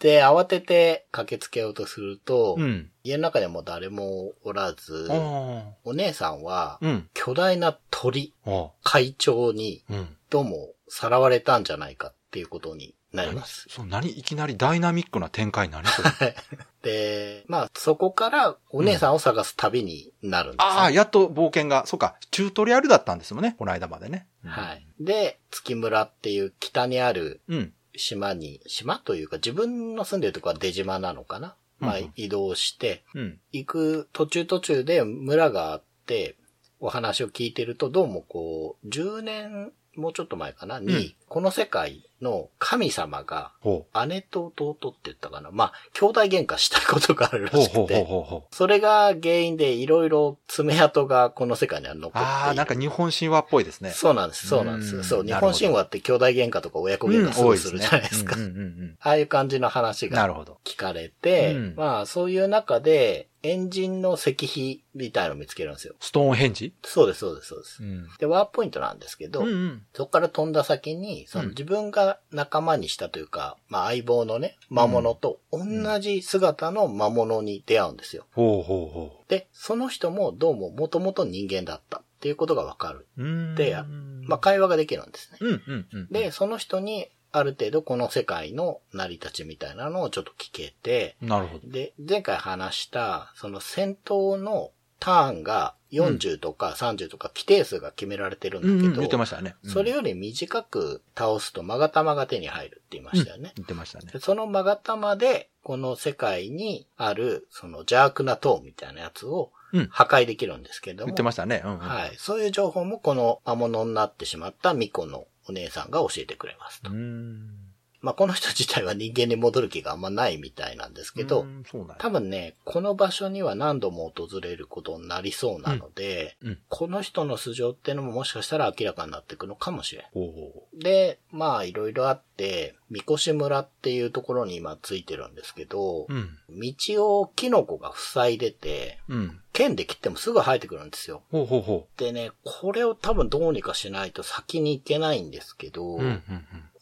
[SPEAKER 3] で、慌てて駆けつけようとすると、
[SPEAKER 2] うん。
[SPEAKER 3] 家の中でも誰もおらず、
[SPEAKER 2] ああ。
[SPEAKER 3] お姉さんは、
[SPEAKER 2] うん。
[SPEAKER 3] 巨大な鳥、
[SPEAKER 2] ああ。
[SPEAKER 3] 会長に、
[SPEAKER 2] うん。
[SPEAKER 3] どうも、さらわれたんじゃないかっていうことになり
[SPEAKER 2] 何
[SPEAKER 3] ます。
[SPEAKER 2] そう、何いきなりダイナミックな展開何
[SPEAKER 3] <laughs>
[SPEAKER 2] それ。
[SPEAKER 3] で、まあ、そこから、お姉さんを探す旅になるんです、ね
[SPEAKER 2] ああ、やっと冒険が、そうか、チュートリアルだったんですもんね、この間までね。
[SPEAKER 3] はい。で、月村っていう北にある
[SPEAKER 2] うん。
[SPEAKER 3] 島に、島というか自分の住んでるとこは出島なのかな、まあ
[SPEAKER 2] うんうん
[SPEAKER 3] 移動して、
[SPEAKER 2] うん。
[SPEAKER 3] 行く途中途中で村があって、お話を聞いてると、どうもこう、10年、もうちょっと前かな、に、
[SPEAKER 2] うん
[SPEAKER 3] この世界の神様が、
[SPEAKER 2] ほ
[SPEAKER 3] 姉と弟って言ったかなまあ、兄弟喧嘩したことがある
[SPEAKER 2] う。
[SPEAKER 3] ら
[SPEAKER 2] ほう
[SPEAKER 3] し
[SPEAKER 2] ほ
[SPEAKER 3] く
[SPEAKER 2] うほう
[SPEAKER 3] て、
[SPEAKER 2] ほうほう。
[SPEAKER 3] それが原因でいろいろ爪痕がこの世界には残っている。
[SPEAKER 2] ああ、なんか日本神話っぽいですね。
[SPEAKER 3] そうなんです、そうなんで
[SPEAKER 2] う
[SPEAKER 3] す。
[SPEAKER 2] ん
[SPEAKER 3] そう、日
[SPEAKER 2] なるほ
[SPEAKER 3] 本
[SPEAKER 2] ど
[SPEAKER 3] 神話って兄弟喧嘩とか親子喧嘩す
[SPEAKER 2] 多
[SPEAKER 3] ごい
[SPEAKER 2] い
[SPEAKER 3] す
[SPEAKER 2] で
[SPEAKER 3] る
[SPEAKER 2] ね
[SPEAKER 3] じゃないですか。
[SPEAKER 2] うんうんうん
[SPEAKER 3] ああいう感じの話
[SPEAKER 2] うん。な
[SPEAKER 3] が
[SPEAKER 2] るほど。
[SPEAKER 3] 聞かれて、
[SPEAKER 2] うん
[SPEAKER 3] まあそういう中で、エンジンの石碑みたいのを見つけるんですよ。
[SPEAKER 2] ストーンヘンジ
[SPEAKER 3] そうです、そうです、そうです。
[SPEAKER 2] ん。
[SPEAKER 3] で、ワープポイントなんですけど、
[SPEAKER 2] うんうん。
[SPEAKER 3] そこから飛んだ先に、その
[SPEAKER 2] うん
[SPEAKER 3] 自分が仲間にしたというか、まあ相棒のね、魔物と同じ姿の魔物に出会うんですよ。
[SPEAKER 2] ほうほうほ
[SPEAKER 3] で、その人もどうも元々人間だったっていうことがわかる。
[SPEAKER 2] う。うん。
[SPEAKER 3] でまあ
[SPEAKER 2] か
[SPEAKER 3] 会話ができるんですね。
[SPEAKER 2] うんうんうん。
[SPEAKER 3] で、、その人にある程度この世界の成り立ちみたいなのをちょっと聞けて、
[SPEAKER 2] なるほど。
[SPEAKER 3] で、前回話した、その戦闘のターンが40とか30とか規定数が決められてるんだ
[SPEAKER 2] う
[SPEAKER 3] け
[SPEAKER 2] んう
[SPEAKER 3] ど、
[SPEAKER 2] ん、言ってましたね。うん
[SPEAKER 3] それより短く倒すとマガタマが手に入るって言いましたよね。
[SPEAKER 2] 言ってましたね
[SPEAKER 3] で。そのマガタマで、この世界にある、その邪悪な塔みたいなやつを
[SPEAKER 2] うん
[SPEAKER 3] 破壊できるんですけども、
[SPEAKER 2] 言ってましたね。うんうん。
[SPEAKER 3] はい。そういう情報もこの魔物になってしまった巫女のお姉さんが教えてくれますと。
[SPEAKER 2] うん。
[SPEAKER 3] まあ、この人自体は人間に戻る気があんまないみたいなんですけど、
[SPEAKER 2] うん、そうなんや
[SPEAKER 3] 多分ね、この場所には何度も訪れることになりそうなので、
[SPEAKER 2] うんうん
[SPEAKER 3] この人の素性ってのももしかしたら明らかになっていくのかもしれん。
[SPEAKER 2] ほうほ
[SPEAKER 3] で、まあ、いろいろあって、三越村っていうところに今ついてるんですけ
[SPEAKER 2] う。、
[SPEAKER 3] ど
[SPEAKER 2] うん。
[SPEAKER 3] 道をキノコが塞いでて、
[SPEAKER 2] うん。
[SPEAKER 3] 剣で切ってもすぐ生えてくるんですよ。
[SPEAKER 2] ほうほうほ
[SPEAKER 3] でね、これを多分どうにかしないと先に行けないんですけど、
[SPEAKER 2] う。うんうんうん。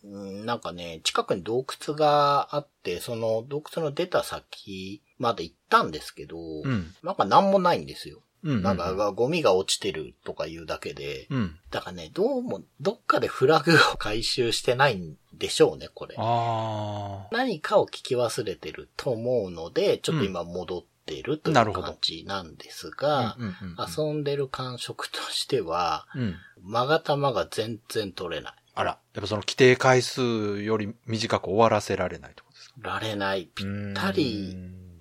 [SPEAKER 3] うんなんかね、近くに洞窟があって、その洞窟の出た先まで行ったんですけど、
[SPEAKER 2] うん。
[SPEAKER 3] なんかなんもないんですよ。
[SPEAKER 2] うん。
[SPEAKER 3] なんか、うわゴミが落ちてるとか言うだけで、
[SPEAKER 2] うん。
[SPEAKER 3] だからね、どうも、どっかでフラグを回収してないんでしょうね、これ。
[SPEAKER 2] あ
[SPEAKER 3] 何かを聞き忘れてると思うので、ちょっと今戻ってるとい
[SPEAKER 2] なる
[SPEAKER 3] う
[SPEAKER 2] ほど
[SPEAKER 3] 感じなんです
[SPEAKER 2] あ
[SPEAKER 3] が。、
[SPEAKER 2] うんうんうん
[SPEAKER 3] 遊んでる感触としては、
[SPEAKER 2] うん。
[SPEAKER 3] まがたまが全然取れない。
[SPEAKER 2] あら、やっぱその規定回数より短く終わらせられないってことですから
[SPEAKER 3] れない。ぴった
[SPEAKER 2] た
[SPEAKER 3] り、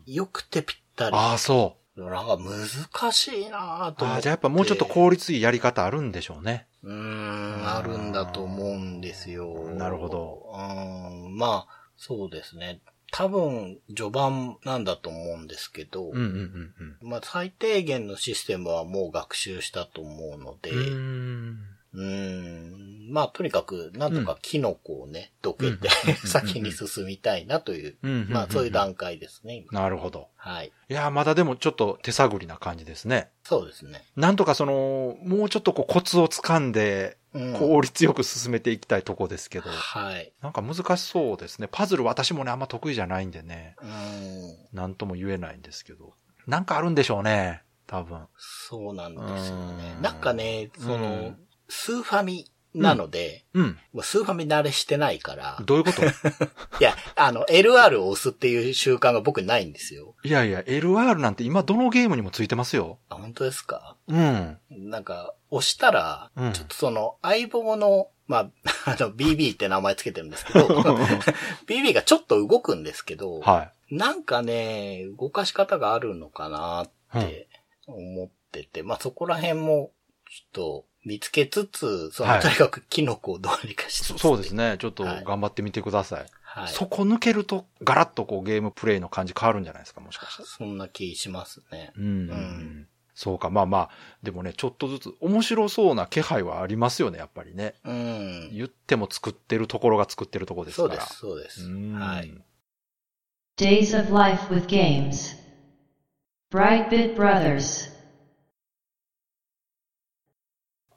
[SPEAKER 3] 良くてぴったり。
[SPEAKER 2] ああ、そう。
[SPEAKER 3] なんか難しいなぁと思
[SPEAKER 2] ああ、
[SPEAKER 3] って。
[SPEAKER 2] じゃあやっぱもうちょっと効率いいやり方あるんでしょうね。
[SPEAKER 3] うーん、あるんだと思うんですよ。
[SPEAKER 2] なるほど。
[SPEAKER 3] うーん、まあ、そうですね。多分、序盤なんだと思うんですけど、
[SPEAKER 2] うんうんうんうん。
[SPEAKER 3] まあ、最低限のシステムはもう学習したと思うので、
[SPEAKER 2] うーん
[SPEAKER 3] うーんまあ、とにかく、なんとかキノコをね、どけて、先に進みたいなという、
[SPEAKER 2] うんうんうんうん
[SPEAKER 3] まあ、そういう段階ですね、今。
[SPEAKER 2] なるほど。
[SPEAKER 3] はい。
[SPEAKER 2] いやー、まだでもちょっと手探りな感じですね。
[SPEAKER 3] そうですね。
[SPEAKER 2] なんとかその、もうちょっとこうコツをつかんで、
[SPEAKER 3] うん
[SPEAKER 2] 効率よく進めていきたいとこですけど、
[SPEAKER 3] はい。
[SPEAKER 2] なんか難しそうですね。パズル私もね、あんま得意じゃないんでね、
[SPEAKER 3] うーん、
[SPEAKER 2] なんとも言えないんですけど、なんかあるんでしょうね、多分。
[SPEAKER 3] そうなんですよね
[SPEAKER 2] う。ん
[SPEAKER 3] なんかね、そ
[SPEAKER 2] う
[SPEAKER 3] の、
[SPEAKER 2] ん
[SPEAKER 3] スーファミなので、
[SPEAKER 2] うん。
[SPEAKER 3] もうスーファミ慣れしてないから、
[SPEAKER 2] どういう
[SPEAKER 3] <laughs>
[SPEAKER 2] こと
[SPEAKER 3] いや、あの、LR を押すっていう習慣が僕ないんですよ。
[SPEAKER 2] いやいや、LR なんて今どのゲームにもついてますよ。
[SPEAKER 3] あ、本当ですか
[SPEAKER 2] うん。
[SPEAKER 3] なんか、押したら、
[SPEAKER 2] うん
[SPEAKER 3] ちょっとその、相棒の、まあ、あ <laughs> の、BB って名前つけてるんですけ
[SPEAKER 2] <laughs>
[SPEAKER 3] <laughs> ど、BB がちょっと動くんですけど、
[SPEAKER 2] は
[SPEAKER 3] なんかね、動かし方があるのかなっ
[SPEAKER 2] い。うん
[SPEAKER 3] て思ってて、まあそこら辺も、ちょっと見つけつつ、その、
[SPEAKER 2] はい
[SPEAKER 3] とにかくキノコをどうにかしつ
[SPEAKER 2] そ
[SPEAKER 3] つ。
[SPEAKER 2] そうです。ね。ちょっと
[SPEAKER 3] はい
[SPEAKER 2] 頑張ってみてください。
[SPEAKER 3] はい。
[SPEAKER 2] そこ抜けると、ガラッとこうゲームプレイの感じ変わるんじゃないですか、もしかして。
[SPEAKER 3] そんな気しますね。
[SPEAKER 2] うんうんう
[SPEAKER 3] うんん。
[SPEAKER 2] そうか、まあまあ、でもね、ちょっとずつ、面白そうな気配はありますよね、やっぱりね。
[SPEAKER 3] うん。
[SPEAKER 2] 言っても作ってるところが作ってるところですか
[SPEAKER 3] そう
[SPEAKER 2] ら。
[SPEAKER 3] です、そうです。
[SPEAKER 2] うん
[SPEAKER 3] はい。
[SPEAKER 1] Days of Life with Games. Brightbit Brothers.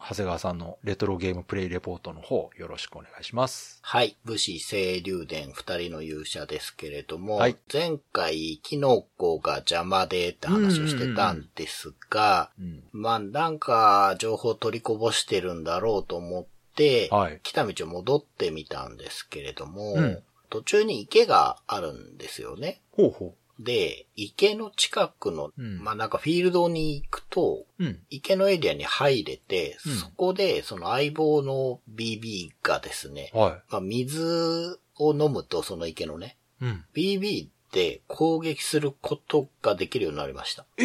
[SPEAKER 2] 長谷川さんのレトロゲームプレイレポートの方、よろしくお願いします。
[SPEAKER 3] はい。武士、清流伝、二人の勇者ですけれども、
[SPEAKER 2] はい
[SPEAKER 3] 前回、キノコが邪魔でって話をしてたんですが、
[SPEAKER 2] うん。
[SPEAKER 3] まあ、なんか、情報取りこぼしてるんだろうと思って、
[SPEAKER 2] はい
[SPEAKER 3] 来た道を戻ってみたんですけれども、
[SPEAKER 2] うん
[SPEAKER 3] 途中に池があるんですよね。
[SPEAKER 2] ほうほ
[SPEAKER 3] で、池の近くの、
[SPEAKER 2] うん
[SPEAKER 3] まあなんかフィールドに行くと、
[SPEAKER 2] う。うん。
[SPEAKER 3] 池のエリアに入れて、
[SPEAKER 2] うん
[SPEAKER 3] そこでその相棒の BB がですね、
[SPEAKER 2] は
[SPEAKER 3] まあ、水を飲むと、その池のね、
[SPEAKER 2] い。うん。
[SPEAKER 3] BB で攻撃することができるようになりました。
[SPEAKER 2] え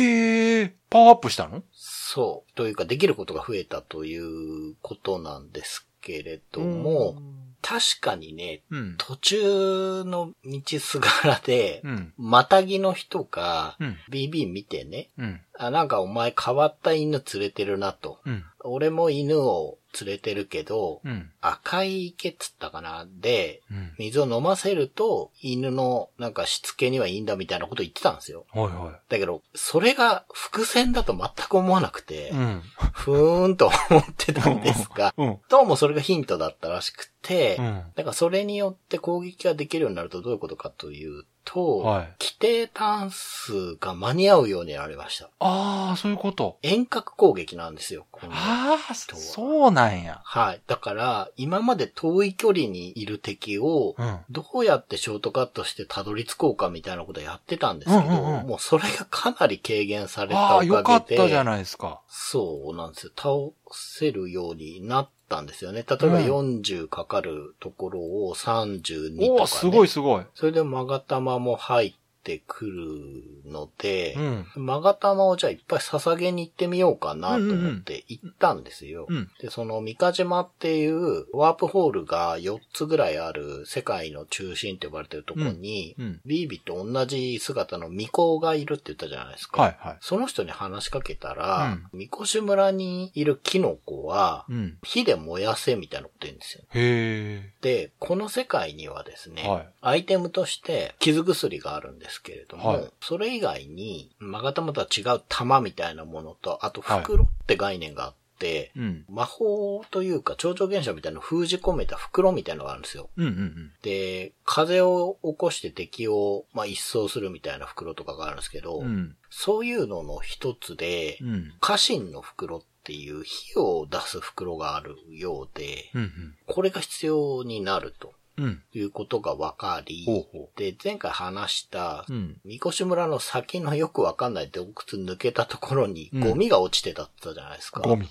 [SPEAKER 2] えー、パワーアップしたの
[SPEAKER 3] そう。というか、できることが増えたということなんですけれども、確かにね、
[SPEAKER 2] うん。
[SPEAKER 3] 途中の道すがらで、
[SPEAKER 2] うん。
[SPEAKER 3] またぎの人が
[SPEAKER 2] う、ん。
[SPEAKER 3] BB 見てね、
[SPEAKER 2] うん。
[SPEAKER 3] あ、なんかお前変わった犬連れてるなと。
[SPEAKER 2] うん。
[SPEAKER 3] 俺も犬を連れてるけど、
[SPEAKER 2] うん。
[SPEAKER 3] 赤い池っつったかなで、
[SPEAKER 2] うん。
[SPEAKER 3] 水を飲ませると、犬のなんかしつけにはいいんだみたいなこと言ってたんですよ。
[SPEAKER 2] はいは
[SPEAKER 3] だけど、それが伏線だと全く思わなくて
[SPEAKER 2] い。、ん。、
[SPEAKER 3] ふーんと思ってたんですが
[SPEAKER 2] うん。
[SPEAKER 3] どうもそれがヒントだったらしくて
[SPEAKER 2] う、ん。
[SPEAKER 3] だからそれによって攻撃ができるようになるとどういうことかというと、
[SPEAKER 2] はい
[SPEAKER 3] 規定単数が間に合うようになりました。
[SPEAKER 2] ああ、そういうこと。
[SPEAKER 3] 遠隔攻撃なんですよ、今度
[SPEAKER 2] ああ、そうなんや。
[SPEAKER 3] はい。だから、今まで遠い距離にいる敵を、
[SPEAKER 2] うん。
[SPEAKER 3] どうやってショートカットしてたどり着こうかみたいなことやってたんですけど、
[SPEAKER 2] うんうんうん
[SPEAKER 3] もうそれがかなり軽減された
[SPEAKER 2] あ
[SPEAKER 3] お
[SPEAKER 2] あ、
[SPEAKER 3] かげで。
[SPEAKER 2] よかったじゃないですか。
[SPEAKER 3] そうなんですよ。倒せるようになったんですよね。例えば40かかるところを32とか、ね
[SPEAKER 2] おお、すごいすごい。
[SPEAKER 3] それでマガタマも入ってくるので
[SPEAKER 2] う、ん。
[SPEAKER 3] マガタマをじゃあいっぱい捧げに行ってみようかなと思って行ったんですよ。
[SPEAKER 2] うん。
[SPEAKER 3] で、その、三日島っていう、ワープホールが4つぐらいある、世界の中心って呼ばれてるとこに、
[SPEAKER 2] うん。
[SPEAKER 3] ビービーと同じ姿の巫女がいるって言ったじゃないですか。
[SPEAKER 2] はいはい。
[SPEAKER 3] その人に話しかけたら、巫女市村にいるキノコは、
[SPEAKER 2] うん。
[SPEAKER 3] 火で燃やせみたいなこと言うんですよ。
[SPEAKER 2] へ
[SPEAKER 3] で、この世界にはですね、
[SPEAKER 2] はい
[SPEAKER 3] アイテムとして傷薬があるんですけれども、
[SPEAKER 2] はい
[SPEAKER 3] それ以外に、マガタマとは違う玉みたいなものと、あと袋って概念があっって、
[SPEAKER 2] うん。
[SPEAKER 3] 魔法というか、超常現象みたいなのを封じ込めた袋みたいなのがあるんですよ。
[SPEAKER 2] うんうんうん。
[SPEAKER 3] で、風を起こして敵を、まあ、一掃するみたいな袋とかがあるんですけど、
[SPEAKER 2] うん。
[SPEAKER 3] そういうのの一つで
[SPEAKER 2] う、ん。
[SPEAKER 3] 家臣の袋っていう火を出す袋があるようで、
[SPEAKER 2] うん。
[SPEAKER 3] これが必要になると
[SPEAKER 2] うん。
[SPEAKER 3] いうことが分かり、
[SPEAKER 2] ほうほ
[SPEAKER 3] で、前回話した
[SPEAKER 2] う。う、ん。
[SPEAKER 3] 三越村の先のよくわかんない洞窟抜けたところに
[SPEAKER 2] うん
[SPEAKER 3] ゴミが落ちてたって言ったじゃないですか。
[SPEAKER 2] ゴミ。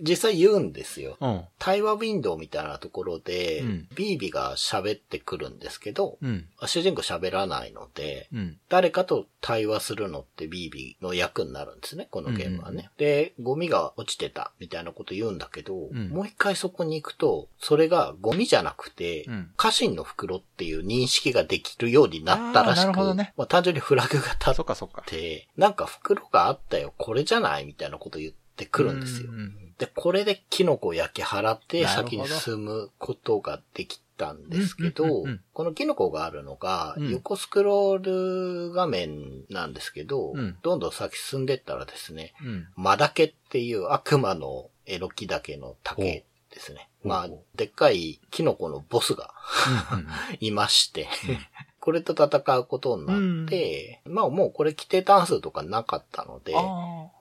[SPEAKER 3] 実際言うんですよ。
[SPEAKER 2] うん。
[SPEAKER 3] 対話ウィンドウみたいなところで、
[SPEAKER 2] うん
[SPEAKER 3] ビービが喋ってくるんですけど、
[SPEAKER 2] うん。
[SPEAKER 3] 主人公喋らないので、
[SPEAKER 2] うん。
[SPEAKER 3] 誰かと対話するのってビービーの役になるんですね、このゲームはね。で、ゴミが落ちてたみたいなこと言うんだけど、
[SPEAKER 2] ん
[SPEAKER 3] もう一回そこに行くと、それがゴミじゃなくて、
[SPEAKER 2] うん
[SPEAKER 3] 家臣の袋っていう認識ができるようになったら
[SPEAKER 2] あ
[SPEAKER 3] しく、
[SPEAKER 2] ーなるほどね
[SPEAKER 3] まあ単純にフラグが立
[SPEAKER 2] そっ
[SPEAKER 3] っ
[SPEAKER 2] かそっか。
[SPEAKER 3] て、なんか袋があったよ、これじゃないみたいなこと言ってくるんですよ。
[SPEAKER 2] ううん
[SPEAKER 3] で、これでキノコを焼き払って
[SPEAKER 2] なるほど
[SPEAKER 3] 先に進むことができたんですけ
[SPEAKER 2] うんうん
[SPEAKER 3] ど
[SPEAKER 2] うんうん、
[SPEAKER 3] このキノコがあるのが
[SPEAKER 2] うん
[SPEAKER 3] 横スクロール画面なんですけど、
[SPEAKER 2] うん
[SPEAKER 3] どんどん先進んでったらですね、
[SPEAKER 2] うん。
[SPEAKER 3] マダケっていう悪魔のエロキダケの竹ですね。
[SPEAKER 2] ほう
[SPEAKER 3] まあ
[SPEAKER 2] ほうほ、
[SPEAKER 3] でっかいキノコのボスがいまして、これと戦うことになって、まあもうこれ規定単数とかなかったので、
[SPEAKER 2] あ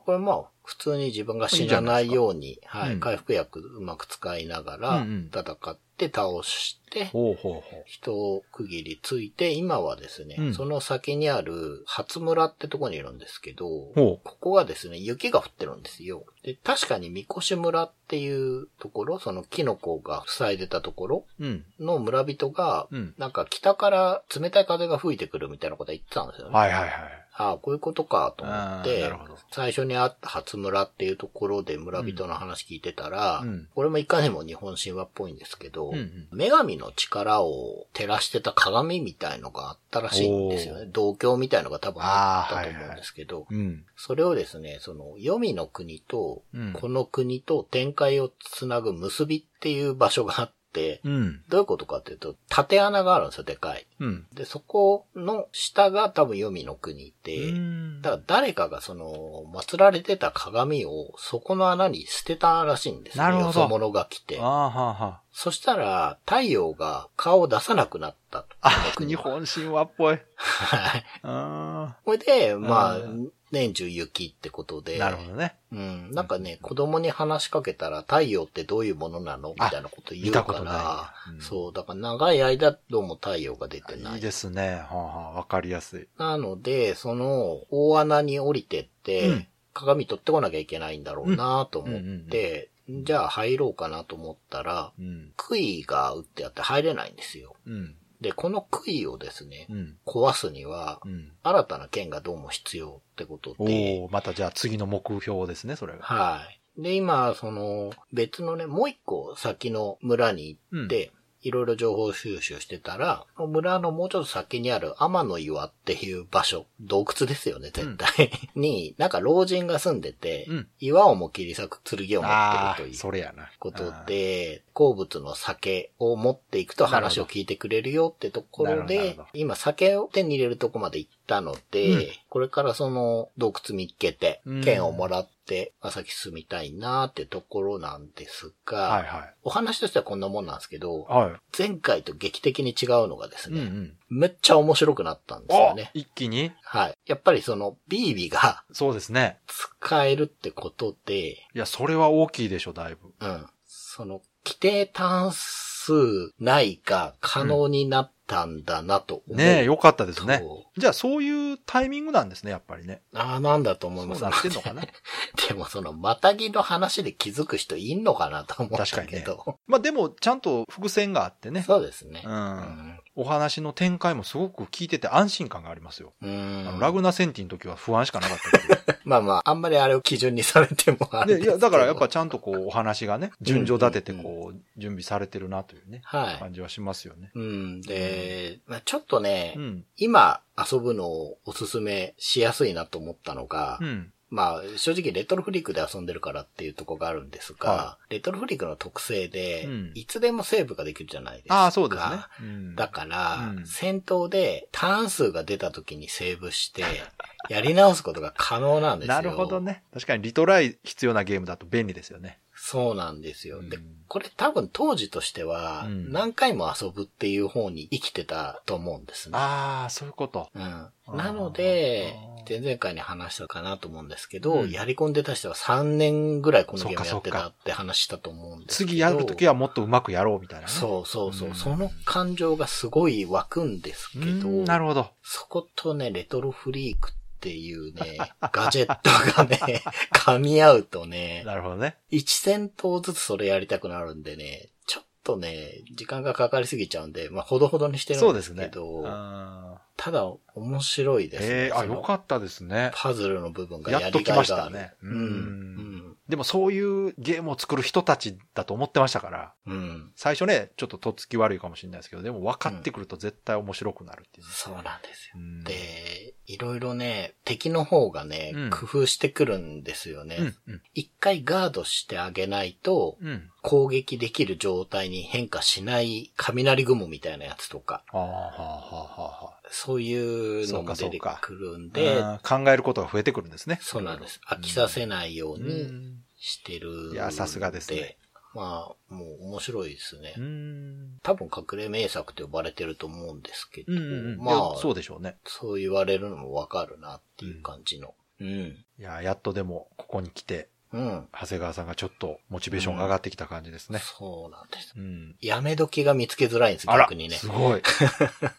[SPEAKER 3] これまあ、普通に自分が死なないように、
[SPEAKER 2] い
[SPEAKER 3] はい、
[SPEAKER 2] うん
[SPEAKER 3] 回復薬うまく使いなが
[SPEAKER 2] う
[SPEAKER 3] ら
[SPEAKER 2] ん、うん
[SPEAKER 3] 戦って倒して
[SPEAKER 2] あ。、ほうほうほ
[SPEAKER 3] 人を区切りついて、今はですね、
[SPEAKER 2] うん
[SPEAKER 3] その先にある初村ってとこにいるんですけど、
[SPEAKER 2] ほ
[SPEAKER 3] ここはですね、雪が降ってるんですよ。で、確かに三越村っていうところ、そのキノコが塞いでたところ
[SPEAKER 2] う。うん。
[SPEAKER 3] の村人が、
[SPEAKER 2] うん。
[SPEAKER 3] なんか北から冷たい風が吹いてくるみたいなことは言ってたんですよね。
[SPEAKER 2] はいはいはい。
[SPEAKER 3] ああ、こういうことかと思っ
[SPEAKER 2] あ
[SPEAKER 3] て
[SPEAKER 2] ーなるほど、
[SPEAKER 3] 最初にあった初村っていうところで村人の話聞いてたら、
[SPEAKER 2] うんうん
[SPEAKER 3] これもいかにも日本神話っぽいんですけど、
[SPEAKER 2] うんうん
[SPEAKER 3] 女神の力を照らしてた鏡みたいのがあったらしいんですよね。同郷みたいのが多分あったと思うんですけど、
[SPEAKER 2] うん。
[SPEAKER 3] それをですね、その、黄泉の国と
[SPEAKER 2] うん、
[SPEAKER 3] この国と展開をつなぐ結びっていう場所があって、
[SPEAKER 2] うん。
[SPEAKER 3] どういうことかっていうと、縦穴があるんですよ、でかい。
[SPEAKER 2] うん。
[SPEAKER 3] で、そこの下が多分黄泉の国で、
[SPEAKER 2] うん
[SPEAKER 3] だから誰かがその、祀られてた鏡をそこの穴に捨てたらしいんですよ。
[SPEAKER 2] なるほど
[SPEAKER 3] よそ者が来て
[SPEAKER 2] あ。あ、はあは
[SPEAKER 3] そしたら、太陽が顔を出さなくなったと。
[SPEAKER 2] あ。日本神話っぽい。
[SPEAKER 3] はい。
[SPEAKER 2] あ
[SPEAKER 3] <laughs> これで、まあ
[SPEAKER 2] うん、
[SPEAKER 3] 年中雪ってこと
[SPEAKER 2] あ。
[SPEAKER 3] で。
[SPEAKER 2] なるほどね。
[SPEAKER 3] うん。なんかね、子供に話しかけたら太陽ってどういうものなのみたいなこと言う
[SPEAKER 2] あ見たこ
[SPEAKER 3] か
[SPEAKER 2] とない
[SPEAKER 3] ら
[SPEAKER 2] な、うん
[SPEAKER 3] そう、だから長い間どうも太陽が出てない
[SPEAKER 2] い
[SPEAKER 3] い。
[SPEAKER 2] ですね。はあはあ。わかりやすい。
[SPEAKER 3] なので、その大穴に降りてって、
[SPEAKER 2] うん
[SPEAKER 3] 鏡取ってこなきゃいけないんだろうなと思って、じゃあ入ろうかなと思ったら、
[SPEAKER 2] うん。
[SPEAKER 3] 杭が打ってあって入れないんですよ。
[SPEAKER 2] うん。
[SPEAKER 3] で、この杭をですね、
[SPEAKER 2] うん。
[SPEAKER 3] 壊すには
[SPEAKER 2] う、ん。
[SPEAKER 3] 新たな剣がどうも必要ってことで、
[SPEAKER 2] おおまたじゃあ次の目標ですね、それが。
[SPEAKER 3] はい。で、今、その、別のね、もう一個先の村に行って、いろいろ情報収集してたら、村のもうちょっと先にある天の岩っていう場所、洞窟ですよね、絶対。 <laughs> に、なんか老人が住んでて、
[SPEAKER 2] うん
[SPEAKER 3] 岩をも切り裂く剣を持っ
[SPEAKER 2] あ
[SPEAKER 3] てる
[SPEAKER 2] あ、
[SPEAKER 3] という
[SPEAKER 2] それやな。
[SPEAKER 3] ことで、好物の酒を持っていくと話を聞いてくれるよってところ
[SPEAKER 2] なるほどなる
[SPEAKER 3] で
[SPEAKER 2] ほど、
[SPEAKER 3] 今酒を手に入れるとこまで行ったので、
[SPEAKER 2] うん
[SPEAKER 3] これからその洞窟見っけて
[SPEAKER 2] うん、
[SPEAKER 3] 剣をもらって、まあ先進みたいなーってところなんですが、
[SPEAKER 2] あー。はいはい。
[SPEAKER 3] お話としてはこんなもんなんですけど、
[SPEAKER 2] は
[SPEAKER 3] 前回と劇的に違うのがです
[SPEAKER 2] い。うんう
[SPEAKER 3] ね、
[SPEAKER 2] ん。
[SPEAKER 3] めっちゃ面白くなったんですよ
[SPEAKER 2] お
[SPEAKER 3] ね。
[SPEAKER 2] 一気に
[SPEAKER 3] はい。やっぱりその、ビービが
[SPEAKER 2] そうですね。
[SPEAKER 3] 使えるってことで、
[SPEAKER 2] いや、それは大きいでしょ、だいぶ。
[SPEAKER 3] うん。その、規定単数ないが可能になったんだなと思う。
[SPEAKER 2] ねえ、よかったです
[SPEAKER 3] と
[SPEAKER 2] ね。じゃあ、そういうタイミングなんですね、やっぱりね。
[SPEAKER 3] ああ、なんだと思
[SPEAKER 2] そ
[SPEAKER 3] いうます。
[SPEAKER 2] なってんのかな。
[SPEAKER 3] <laughs> でもその、またぎの話で気づく人いんのかなと思ったけど。
[SPEAKER 2] まあ、でも、ちゃんと伏線があってね。
[SPEAKER 3] そうですね
[SPEAKER 2] う。。
[SPEAKER 3] うんん。
[SPEAKER 2] お話の展開もすごく聞いてて安心感がありますよ。
[SPEAKER 3] うん
[SPEAKER 2] あのラグナセンティの時は不安しかなかったけど。
[SPEAKER 3] まあまあ、あんまりあれを基準にされてもあれ
[SPEAKER 2] で、
[SPEAKER 3] で
[SPEAKER 2] い
[SPEAKER 3] すけど
[SPEAKER 2] や、だからやっぱ、ちゃんとこう、お話がね、順序立てて
[SPEAKER 3] うんうん
[SPEAKER 2] こう、準備されてるなというね、
[SPEAKER 3] はい。
[SPEAKER 2] 感じはしますよね。
[SPEAKER 3] うん。で、まあ、ちょっとね、
[SPEAKER 2] うん。
[SPEAKER 3] 今遊ぶのをおすすめしやすいなと思ったのが、
[SPEAKER 2] うん。
[SPEAKER 3] まあ、正直レトロフリークで遊んでるからっていうとこがあるんですが、
[SPEAKER 2] は
[SPEAKER 3] レトロフリークの特性で、
[SPEAKER 2] うん
[SPEAKER 3] いつでもセーブができるじゃないですか。
[SPEAKER 2] ああ、そうですね。うん
[SPEAKER 3] だから、
[SPEAKER 2] うん
[SPEAKER 3] 戦闘でターン数が出た時にセーブして、 <laughs> やり直すことが可能なんですよ。
[SPEAKER 2] なるほどね。確かにリトライ必要なゲームだと便利ですよね。
[SPEAKER 3] そうなんですよ。で
[SPEAKER 2] うん、
[SPEAKER 3] これ多分当時としては
[SPEAKER 2] う、ん
[SPEAKER 3] 何回も遊ぶっていう方に生きてたと思うんですね。
[SPEAKER 2] ああ、そういうこと。
[SPEAKER 3] うん。なので
[SPEAKER 2] あ、
[SPEAKER 3] 前々回に話したかなと思うんですけど、
[SPEAKER 2] うん
[SPEAKER 3] やり込んでた人は3年ぐらいこのゲームや
[SPEAKER 2] そう
[SPEAKER 3] っ
[SPEAKER 2] かそ
[SPEAKER 3] て
[SPEAKER 2] うか
[SPEAKER 3] たって話したと思うんですけど。
[SPEAKER 2] 次やるときはもっとうまくやろうみたいなね、
[SPEAKER 3] そうそうそう、
[SPEAKER 2] うん
[SPEAKER 3] その感情がすごい湧くんですけど、
[SPEAKER 2] うんなるほど。
[SPEAKER 3] そことね、レトロフリークっていうね、 <laughs> ガジェットがね、 <laughs> 噛み合うとね、
[SPEAKER 2] なるほどね。
[SPEAKER 3] 1戦闘ずつそれやりたくなるんでね、ちょっとね、時間がかかりすぎちゃうんで、まあ、ほどほどにしてる
[SPEAKER 2] そうんで
[SPEAKER 3] ですす
[SPEAKER 2] ね
[SPEAKER 3] け。ど、
[SPEAKER 2] あ
[SPEAKER 3] ただ、面白い
[SPEAKER 2] ー
[SPEAKER 3] ですね。
[SPEAKER 2] えー、あ、
[SPEAKER 3] その
[SPEAKER 2] よかったですね。
[SPEAKER 3] パズルの部分が
[SPEAKER 2] や
[SPEAKER 3] や
[SPEAKER 2] っと
[SPEAKER 3] り
[SPEAKER 2] き
[SPEAKER 3] が
[SPEAKER 2] ま
[SPEAKER 3] い
[SPEAKER 2] し
[SPEAKER 3] があ
[SPEAKER 2] た
[SPEAKER 3] る。
[SPEAKER 2] ね。う。
[SPEAKER 3] うんん。
[SPEAKER 2] でもそういうゲームを作る人たちだと思ってましたから、
[SPEAKER 3] うん。うん。
[SPEAKER 2] 最初ね、ちょっととっつき悪いかもしれないですけど、でも分かってくると絶対面白くなるっていうね、
[SPEAKER 3] そうなんですよ。
[SPEAKER 2] うん
[SPEAKER 3] で、いろいろね、敵の方がね、
[SPEAKER 2] うん
[SPEAKER 3] 工夫してくるんですよね。
[SPEAKER 2] うん、うん、
[SPEAKER 3] 一回ガードしてあげないと、
[SPEAKER 2] うん。
[SPEAKER 3] 攻撃できる状態に変化しない雷雲みたいなやつとか、
[SPEAKER 2] ああ、はあ、はあ、はあ、はあ。
[SPEAKER 3] そういうの
[SPEAKER 2] そうか
[SPEAKER 3] も出
[SPEAKER 2] そう
[SPEAKER 3] て
[SPEAKER 2] か
[SPEAKER 3] くるんで、
[SPEAKER 2] で、考えることが増えてくるんですね。
[SPEAKER 3] そうなんです。飽きさせないよう
[SPEAKER 2] う
[SPEAKER 3] に
[SPEAKER 2] ん。
[SPEAKER 3] してるんで。
[SPEAKER 2] いやさすがですね。
[SPEAKER 3] まあ、もう面白いですね。
[SPEAKER 2] うん。
[SPEAKER 3] 多分隠れ名作って呼ばれてると思うんですけど、
[SPEAKER 2] うんうんうん。
[SPEAKER 3] ま
[SPEAKER 2] ま
[SPEAKER 3] あ
[SPEAKER 2] あ、、そうでしょうね。
[SPEAKER 3] そう言われるのもわかるなっていう感じの。うん。
[SPEAKER 2] いや、やっとでも、ここに来て、
[SPEAKER 3] うん。
[SPEAKER 2] 長谷川さんがちょっとモチベーションが上がってきた感じですね。
[SPEAKER 3] そうなんです。
[SPEAKER 2] うん。
[SPEAKER 3] やめ時が見つけづらいんです、
[SPEAKER 2] あら
[SPEAKER 3] 逆に、ね
[SPEAKER 2] す。ご
[SPEAKER 3] <laughs>
[SPEAKER 2] い。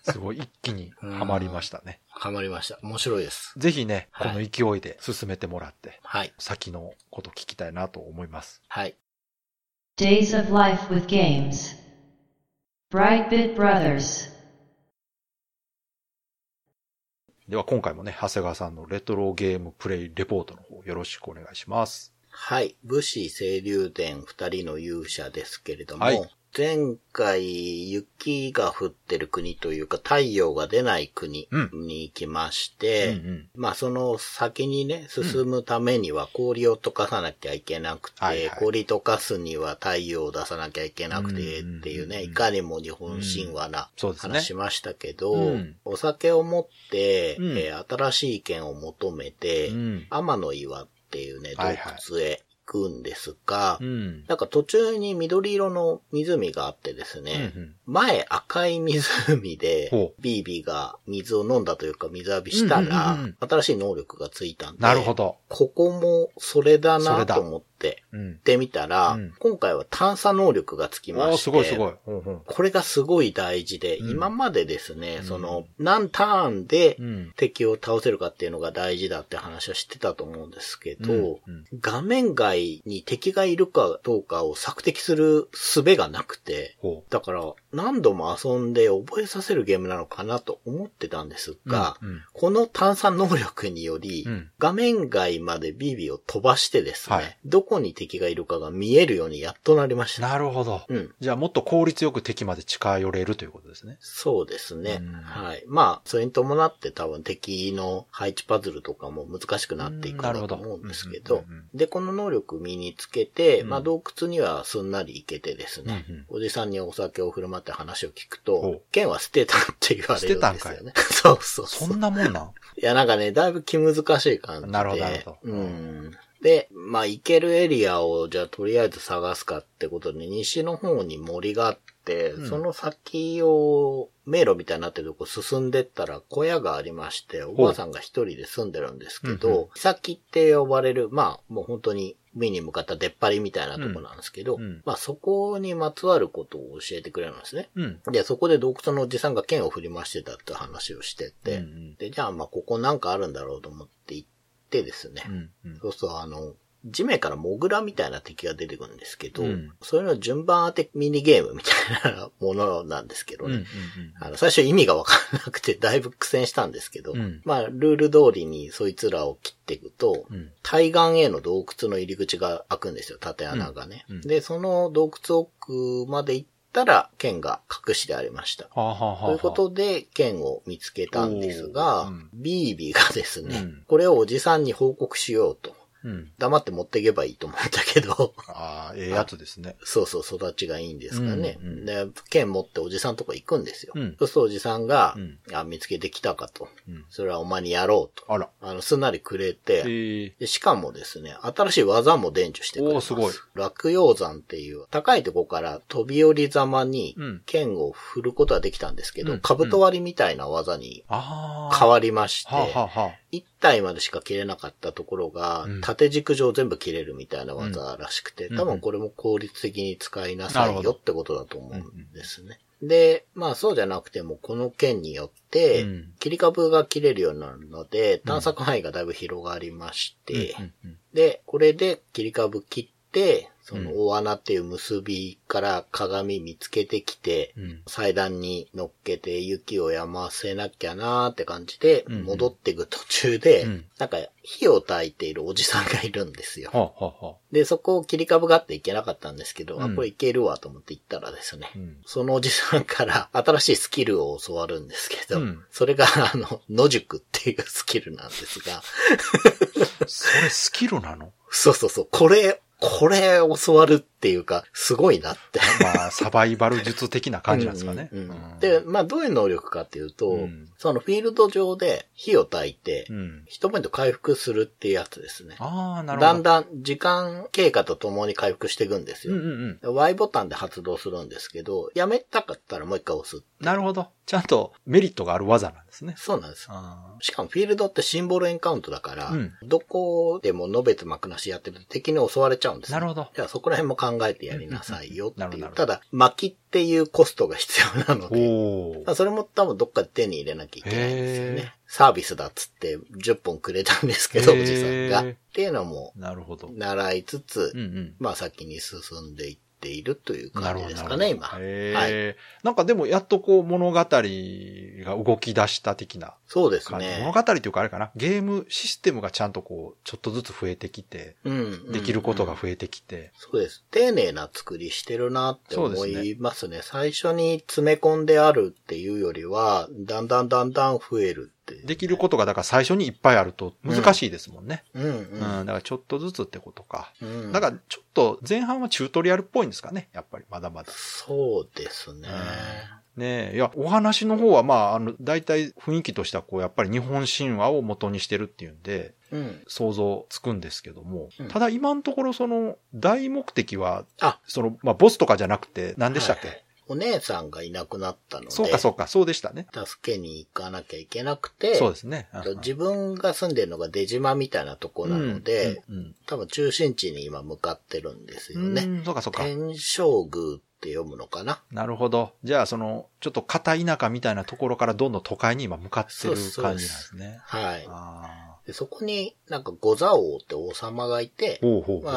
[SPEAKER 2] すごい、一気にハマりましたね。
[SPEAKER 3] ハマりました。面白いです。
[SPEAKER 2] ぜひね、こ
[SPEAKER 3] は
[SPEAKER 2] の
[SPEAKER 3] い
[SPEAKER 2] 勢いで進めてもらって、
[SPEAKER 3] はい。
[SPEAKER 2] 先のこと聞きたいなと思います。
[SPEAKER 3] はい。
[SPEAKER 1] Days of Life with Games. Brightbit Brothers.
[SPEAKER 2] では、今回もね、長谷川さんのレトロゲームプレイレポートの方、よろしくお願いします。
[SPEAKER 3] はい。武士清流伝二人の勇者ですけれども、
[SPEAKER 2] はい
[SPEAKER 3] 前回雪が降ってる国というか太陽が出ない国
[SPEAKER 2] うん
[SPEAKER 3] に行きまし
[SPEAKER 2] うん
[SPEAKER 3] て、
[SPEAKER 2] うん。
[SPEAKER 3] まあその先にね、進むためには氷を溶かさなきゃいけなくて、
[SPEAKER 2] はいはい
[SPEAKER 3] 氷溶かすには太陽を出さなきゃいけなくてっ
[SPEAKER 2] うん
[SPEAKER 3] ていうね、
[SPEAKER 2] うん
[SPEAKER 3] いかにも日本神話な
[SPEAKER 2] そうですね。
[SPEAKER 3] 話しましたけど、
[SPEAKER 2] うん
[SPEAKER 3] お酒を持って、
[SPEAKER 2] うん
[SPEAKER 3] えー新しい意見を求めて、
[SPEAKER 2] うん。
[SPEAKER 3] 天の岩っていうね、洞
[SPEAKER 2] はいはい
[SPEAKER 3] 窟へ行くんですが、
[SPEAKER 2] うん。
[SPEAKER 3] なんか途中に緑色の湖があってですね、
[SPEAKER 2] うん
[SPEAKER 3] 前赤い湖で
[SPEAKER 2] ほ、
[SPEAKER 3] ビービーが水を飲んだというか水浴びしたら、
[SPEAKER 2] うんうんうん
[SPEAKER 3] 新しい能力がついたんで、
[SPEAKER 2] なるほど。
[SPEAKER 3] ここもそれだ
[SPEAKER 2] そ
[SPEAKER 3] な
[SPEAKER 2] れだ
[SPEAKER 3] と思って、
[SPEAKER 2] うん
[SPEAKER 3] 行っ。てみたら、
[SPEAKER 2] うん
[SPEAKER 3] 今回は探査能力がつきま
[SPEAKER 2] おーす
[SPEAKER 3] して、
[SPEAKER 2] ごいすごい。ほうほう
[SPEAKER 3] これがすごい大事で、
[SPEAKER 2] うん
[SPEAKER 3] 今までですね、
[SPEAKER 2] うん
[SPEAKER 3] その、何ターンで
[SPEAKER 2] うん。
[SPEAKER 3] 敵を倒せるかっていうのが大事だって話はしてたと思うんですけど、
[SPEAKER 2] うん
[SPEAKER 3] 画面外に敵がいるかどうかを索敵する術がなくて、
[SPEAKER 2] ほ
[SPEAKER 3] だから何度も遊んで覚えさせるゲームなのかなと思ってたんです
[SPEAKER 2] う。
[SPEAKER 3] が、
[SPEAKER 2] うんうん
[SPEAKER 3] この探査能力により、
[SPEAKER 2] うん
[SPEAKER 3] 画面外までビビを飛ばしてですね、
[SPEAKER 2] はい
[SPEAKER 3] どこに敵がいるかが見えるようにやっとなりました。
[SPEAKER 2] なるほど。
[SPEAKER 3] うん。
[SPEAKER 2] じゃあもっと効率よく敵まで近寄れるということですね。
[SPEAKER 3] そうですね。
[SPEAKER 2] うん
[SPEAKER 3] はい。まあ、それに伴って多分敵の配置パズルとかも難しくなっていくんだと思うんですけ
[SPEAKER 2] う
[SPEAKER 3] ど
[SPEAKER 2] んなるほどうんうんうん、
[SPEAKER 3] で、この能力身につけて、
[SPEAKER 2] うん
[SPEAKER 3] まあ、洞窟にはすんなり行けてですね、
[SPEAKER 2] うんうん
[SPEAKER 3] おじさんにお酒を振る舞って話を聞く
[SPEAKER 2] ほ
[SPEAKER 3] と
[SPEAKER 2] う、
[SPEAKER 3] 剣は捨てたって言われるんです
[SPEAKER 2] 捨て
[SPEAKER 3] よね。 <laughs> そうそう
[SPEAKER 2] そ
[SPEAKER 3] そうん
[SPEAKER 2] なもんなん
[SPEAKER 3] いや、なんかね、だいぶ気難しい感じで。
[SPEAKER 2] なるほどなるほど
[SPEAKER 3] うん。で、まあ、行けるエリアを、じゃあ、とりあえず探すかってことで、西の方に森があって、
[SPEAKER 2] うん
[SPEAKER 3] その先を、迷路みたいになってるとこ進んでったら小屋がありまして、おばあさんが一人で住んでるんですけ
[SPEAKER 2] うんうん
[SPEAKER 3] ど、先って呼ばれる、まあ、もう本当に、海に向かった出っ張りみたいなとこなんですけど、
[SPEAKER 2] うんうん
[SPEAKER 3] まあそこにまつわることを教えてくれるんですね。
[SPEAKER 2] うん。
[SPEAKER 3] で、そこで洞窟のおじさんが剣を振り回してたって話をしてて、
[SPEAKER 2] うん
[SPEAKER 3] で、じゃあまあここなんかあるんだろうと思って行ってですね。
[SPEAKER 2] うんうん
[SPEAKER 3] そうするとあの、地面からモグラみたいな敵が出てくるんですけど、
[SPEAKER 2] うん
[SPEAKER 3] それの順番当てミニゲームみたいなものなんですけど
[SPEAKER 2] うん
[SPEAKER 3] ね。
[SPEAKER 2] うん
[SPEAKER 3] あの、最初意味がわからなくて、だいぶ苦戦したんですけど、
[SPEAKER 2] うん
[SPEAKER 3] まあ、ルール通りにそいつらを切っていくと、
[SPEAKER 2] うんうん
[SPEAKER 3] 対岸への洞窟の入り口が開くんですよ、縦穴がね。
[SPEAKER 2] うんうん
[SPEAKER 3] で、その洞窟奥まで行っったら、剣が隠しでありました。
[SPEAKER 2] はあ、はあはあはあ、
[SPEAKER 3] ということで、剣を見つけたんです
[SPEAKER 2] おー
[SPEAKER 3] が
[SPEAKER 2] うん、
[SPEAKER 3] ビービーがですね、
[SPEAKER 2] うん
[SPEAKER 3] これをおじさんに報告しようと。
[SPEAKER 2] うん。
[SPEAKER 3] 黙って持っていけばいいと思うんだけど、 <laughs>
[SPEAKER 2] ああ、ええやつですね。
[SPEAKER 3] そうそう育ちがいいんですかね。
[SPEAKER 2] うんうん
[SPEAKER 3] で、剣持っておじさんとこ行くんですよ。
[SPEAKER 2] うん
[SPEAKER 3] そうするとおじさんが、
[SPEAKER 2] うん
[SPEAKER 3] あ、見つけてきたかと。
[SPEAKER 2] うん。
[SPEAKER 3] それはお前にやろうと。
[SPEAKER 2] あら。
[SPEAKER 3] あの、すんなりくれて、
[SPEAKER 2] ええ
[SPEAKER 3] でしかもですね、新しい技も伝授してくれます。
[SPEAKER 2] おーす
[SPEAKER 3] 落葉山っていう、高いとこから飛び降りざまに
[SPEAKER 2] うん、
[SPEAKER 3] 剣を振ることはできたんですけ
[SPEAKER 2] う
[SPEAKER 3] ど、
[SPEAKER 2] ん
[SPEAKER 3] カブト割りみたいな技に
[SPEAKER 2] ああ。
[SPEAKER 3] 変
[SPEAKER 2] わ
[SPEAKER 3] わりまして、
[SPEAKER 2] はあ、はあ、は
[SPEAKER 3] 1体までしか切れなかったところが
[SPEAKER 2] うん、
[SPEAKER 3] 縦軸上全部切れるみたいな技らしくて、
[SPEAKER 2] うん
[SPEAKER 3] 多分これも効率的に使いなさ
[SPEAKER 2] ないるほ
[SPEAKER 3] よ
[SPEAKER 2] ど
[SPEAKER 3] ってことだと思うんですね。で、まあそうじゃなくても、この剣によって
[SPEAKER 2] うん、
[SPEAKER 3] 切り株が切れるようになるので、探索範囲がだいぶ広がりまして、
[SPEAKER 2] あ。うんうん
[SPEAKER 3] で、これで切り株切って、その大穴っていう結びから鏡見つけてきて、
[SPEAKER 2] うんうん。
[SPEAKER 3] 祭壇に乗っけて雪をやませなきゃなーって感じで、
[SPEAKER 2] うんうん
[SPEAKER 3] 戻ってく途中で、
[SPEAKER 2] うん
[SPEAKER 3] なんか火を焚いているおじさんがいるんですよ
[SPEAKER 2] は。あ、はあ、はあ。
[SPEAKER 3] で、そこを切り株があっていけなかったんですけど、
[SPEAKER 2] うん
[SPEAKER 3] あ、これいけるわと思って行ったらですね、
[SPEAKER 2] うん。
[SPEAKER 3] そのおじさんから <laughs> 新しいスキルを教わるんですけど、
[SPEAKER 2] うん
[SPEAKER 3] それがあの、野宿っていうスキルなんですが、
[SPEAKER 2] それスキルなの <laughs>
[SPEAKER 3] そうそうそう。これ、これ教わるっていうか、すごいなって。
[SPEAKER 2] まあ、サバイバル術的な感じなんですかね。
[SPEAKER 3] うんうんうん
[SPEAKER 2] うん
[SPEAKER 3] で、、まあどういう能力かっていうと、
[SPEAKER 2] うん
[SPEAKER 3] そのフィールド上で火を焚いて、
[SPEAKER 2] うん。
[SPEAKER 3] 一ポイント回復するっていうやつですね。
[SPEAKER 2] ああ、なるほど。
[SPEAKER 3] だんだん時間経過とともに回復していくんですよ。
[SPEAKER 2] うんうんうん。
[SPEAKER 3] Y ボタンで発動するんですけど、やめたかったらもう一回押す。
[SPEAKER 2] なるほど。ちゃんとメリットがある技なんですね。
[SPEAKER 3] そうなんです。
[SPEAKER 2] あ
[SPEAKER 3] しかもフィールドってシンボルエンカウントだから、
[SPEAKER 2] うん
[SPEAKER 3] どこでものべつ幕なしやってると敵に襲われちゃうんです
[SPEAKER 2] ー
[SPEAKER 3] よ
[SPEAKER 2] なるほど。
[SPEAKER 3] じゃあそこら辺も考えてやりなさいよって
[SPEAKER 2] うんうん
[SPEAKER 3] い
[SPEAKER 2] な
[SPEAKER 3] う。
[SPEAKER 2] るほ
[SPEAKER 3] た
[SPEAKER 2] ど
[SPEAKER 3] だ、薪っていうコストが必要なので、
[SPEAKER 2] おお
[SPEAKER 3] ま。あそれも多分どっかで手に入れなきゃいけないんですよ
[SPEAKER 2] へー
[SPEAKER 3] ね。サービスだっつって10本くれたんですけど、
[SPEAKER 2] へ
[SPEAKER 3] お
[SPEAKER 2] ー
[SPEAKER 3] じさんが。っていうのも
[SPEAKER 2] なるほど。
[SPEAKER 3] 習いつつ
[SPEAKER 2] うん、うん。
[SPEAKER 3] まあ先に進んでいっているという
[SPEAKER 2] な
[SPEAKER 3] 感
[SPEAKER 2] る
[SPEAKER 3] じ
[SPEAKER 2] ほど。
[SPEAKER 3] ですかね、今
[SPEAKER 2] なるほど。
[SPEAKER 3] は
[SPEAKER 2] へ
[SPEAKER 3] い。
[SPEAKER 2] え。なんかでもやっとこう物語が動き出した的な
[SPEAKER 3] そうです
[SPEAKER 2] 感じ。
[SPEAKER 3] ね
[SPEAKER 2] 物。語というかあれかな。ゲームシステムがちゃんとこう、ちょっとずつ増えてきて、
[SPEAKER 3] うん
[SPEAKER 2] できることが
[SPEAKER 3] うん
[SPEAKER 2] 増えてきて。
[SPEAKER 3] そうです。丁寧な作りしてるなって
[SPEAKER 2] そ
[SPEAKER 3] 思
[SPEAKER 2] うですね
[SPEAKER 3] いますね。最初に詰め込んであるっていうよりは、だんだんだんだん増えるっていう。
[SPEAKER 2] できることがだから最初にいっぱいあると難しいですもんね。
[SPEAKER 3] うんう
[SPEAKER 2] うん。
[SPEAKER 3] ん。
[SPEAKER 2] だからちょっとずつってことか。
[SPEAKER 3] うん
[SPEAKER 2] だからちょっと前半はチュートリアルっぽいんですかね。やっぱりまだまだ。
[SPEAKER 3] そうですね。
[SPEAKER 2] ねえ、いや、お話の方は、まあ、あの、大体雰囲気としては、こう、やっぱり日本神話を元にしてるっていうんで、
[SPEAKER 3] うん。
[SPEAKER 2] 想像つくんですけども
[SPEAKER 3] うん、
[SPEAKER 2] ただ今のところ、その、大目的は、
[SPEAKER 3] あ
[SPEAKER 2] その、まあ、ボスとかじゃなくて、何でしたっけ、
[SPEAKER 3] はいはいお姉さんがいなくなったので、
[SPEAKER 2] そうか、そうか、そうでしたね。
[SPEAKER 3] 助けに行かなきゃいけなくて、
[SPEAKER 2] そうですね。うん
[SPEAKER 3] 自分が住んでるのが出島みたいなとこなので、、
[SPEAKER 2] うんうん
[SPEAKER 3] 多分中心地に今向かってるんですよ
[SPEAKER 2] うん
[SPEAKER 3] ね。
[SPEAKER 2] うんそうか、そうか。
[SPEAKER 3] 天正宮って読むのかな
[SPEAKER 2] なるほど。じゃあ、その、ちょっと片田舎みたいなところからどんどん都会に今向かってる感じなんですね。
[SPEAKER 3] はい。
[SPEAKER 2] あ
[SPEAKER 3] でそこになんか五座王って王様がいて
[SPEAKER 2] あ。、ほうほうほう。
[SPEAKER 3] ま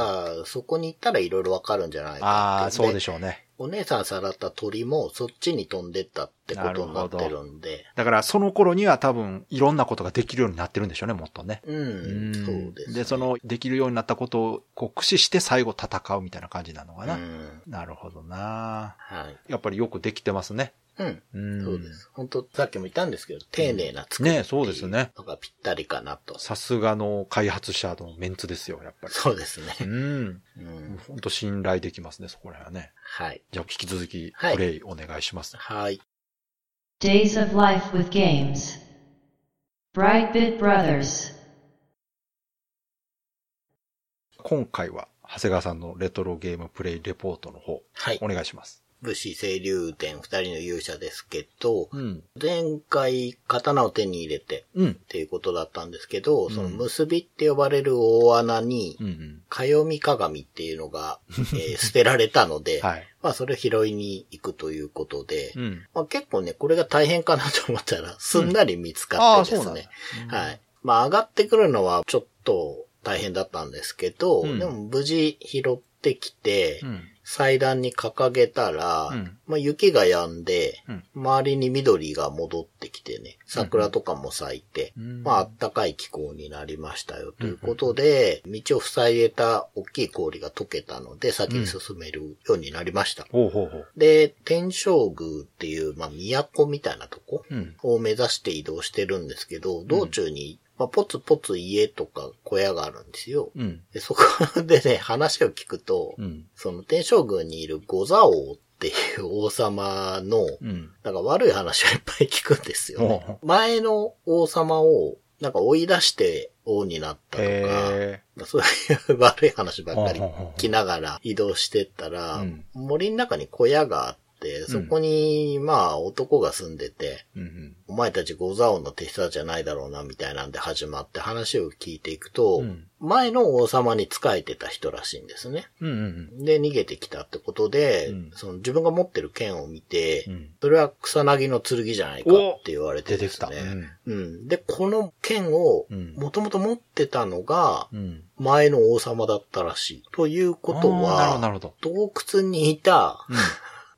[SPEAKER 3] あ、そこに行ったらいろいろわかるんじゃない
[SPEAKER 2] ああ、
[SPEAKER 3] かってい
[SPEAKER 2] そ
[SPEAKER 3] うん
[SPEAKER 2] う
[SPEAKER 3] で
[SPEAKER 2] でしょうね。
[SPEAKER 3] お姉さんさらった鳥もそっちに飛んでったってことになってるんで、
[SPEAKER 2] だからその頃には多分いろんなことができるようになってるんでしょうね、もっとね。
[SPEAKER 3] うん、
[SPEAKER 2] ん
[SPEAKER 3] そうです、ね。
[SPEAKER 2] で、そのできるようになったことをこう駆使して最後戦うみたいな感じなのかな。
[SPEAKER 3] うん、
[SPEAKER 2] なるほどな
[SPEAKER 3] はい。
[SPEAKER 2] やっぱりよくできてますね。
[SPEAKER 3] うん。
[SPEAKER 2] うん。
[SPEAKER 3] そうです。本当さっきも言ったんですけど、丁寧な作り。
[SPEAKER 2] ねそうですね。
[SPEAKER 3] のがぴったりかなと。
[SPEAKER 2] さすがの開発者のメンツですよ、やっぱり。
[SPEAKER 3] そうですね。
[SPEAKER 2] うん。
[SPEAKER 3] うん。
[SPEAKER 2] 本当信頼できますね、そこら辺はね。
[SPEAKER 3] はい。
[SPEAKER 2] じゃあ、引き続き、
[SPEAKER 3] はい
[SPEAKER 2] プレイお願いします。
[SPEAKER 3] はい。
[SPEAKER 1] Days of Life with Games. Brightbit Brothers.
[SPEAKER 2] 今回は、長谷川さんのレトロゲームプレイレポートの方、
[SPEAKER 3] はい
[SPEAKER 2] お。願いします。
[SPEAKER 3] 武士清流伝二人の勇者ですけど、
[SPEAKER 2] うん。
[SPEAKER 3] 前回刀を手に入れて
[SPEAKER 2] うん。
[SPEAKER 3] っていうことだったんですけど、
[SPEAKER 2] うん
[SPEAKER 3] その結びって呼ばれる大穴に
[SPEAKER 2] う、んうん。
[SPEAKER 3] かよみ鏡っていう
[SPEAKER 2] <laughs>
[SPEAKER 3] のが、えー捨てられたので、
[SPEAKER 2] はい。
[SPEAKER 3] まあそれを拾いに行くということで、
[SPEAKER 2] うん。
[SPEAKER 3] まあ、結構ね、これが大変かなと思ったら、すんなり見つ
[SPEAKER 2] あ
[SPEAKER 3] か
[SPEAKER 2] あ、
[SPEAKER 3] ってで
[SPEAKER 2] そうなん
[SPEAKER 3] す
[SPEAKER 2] だ
[SPEAKER 3] ね。。はい。まあ、上がってくるのはちょっと大変だったんですけど、
[SPEAKER 2] うん
[SPEAKER 3] でも無事拾っってきて、
[SPEAKER 2] うん。
[SPEAKER 3] 祭壇に掲げたら、
[SPEAKER 2] うん
[SPEAKER 3] まあ、雪が止んで、
[SPEAKER 2] うん
[SPEAKER 3] 周りに緑が戻ってきてね、桜とかも咲いて、
[SPEAKER 2] うん
[SPEAKER 3] まあ、あったかい気候になりましたよ。ということで、道を塞いでた大きい氷が溶けたので、先に進めるようになりました。
[SPEAKER 2] ほうほうほう。
[SPEAKER 3] で、天正宮っていう、まあ、都みたいなとこ
[SPEAKER 2] うん。
[SPEAKER 3] を目指して移動してるんですけど、道中に、まあ、ポツポツ家とか小屋があるんですよ。
[SPEAKER 2] うん。
[SPEAKER 3] でそこでね、 <laughs> 話を聞くと、
[SPEAKER 2] うん。
[SPEAKER 3] その天正宮にいる五座王っていう王様の、
[SPEAKER 2] うん。
[SPEAKER 3] なんか悪い話をいっぱい聞くんですよ、ね
[SPEAKER 2] ほ
[SPEAKER 3] 前の王様を、なんか追い出して王になった
[SPEAKER 2] う。
[SPEAKER 3] とか、
[SPEAKER 2] へ
[SPEAKER 3] まあそういう <laughs> 悪い話ば
[SPEAKER 2] え。
[SPEAKER 3] っかり
[SPEAKER 2] ほうほうほう
[SPEAKER 3] 聞きながら移動してったら、
[SPEAKER 2] うん
[SPEAKER 3] 森の中に小屋があって、そこに、まあ男が住んでて、
[SPEAKER 2] うん
[SPEAKER 3] お前たち五座王の手下じゃないだろうな、みたいなんで始まって話を聞いていくと、
[SPEAKER 2] うん。うん。
[SPEAKER 3] 前の王様に仕えてた人らしいんですね。
[SPEAKER 2] うんうん
[SPEAKER 3] で、逃げてきたってことで、
[SPEAKER 2] うん
[SPEAKER 3] その自分が持ってる剣を見て、
[SPEAKER 2] うん。うん。
[SPEAKER 3] それは草薙の剣じゃないかって言われ
[SPEAKER 2] 出
[SPEAKER 3] て
[SPEAKER 2] て
[SPEAKER 3] で
[SPEAKER 2] き
[SPEAKER 3] す
[SPEAKER 2] た。
[SPEAKER 3] ね。うん、で、この剣を
[SPEAKER 2] う、ん
[SPEAKER 3] もともと持ってたのが、
[SPEAKER 2] うん。
[SPEAKER 3] 前の王様だったらしい。ということ
[SPEAKER 2] あーなるほど、な
[SPEAKER 3] は、
[SPEAKER 2] るほど。
[SPEAKER 3] 洞窟にいた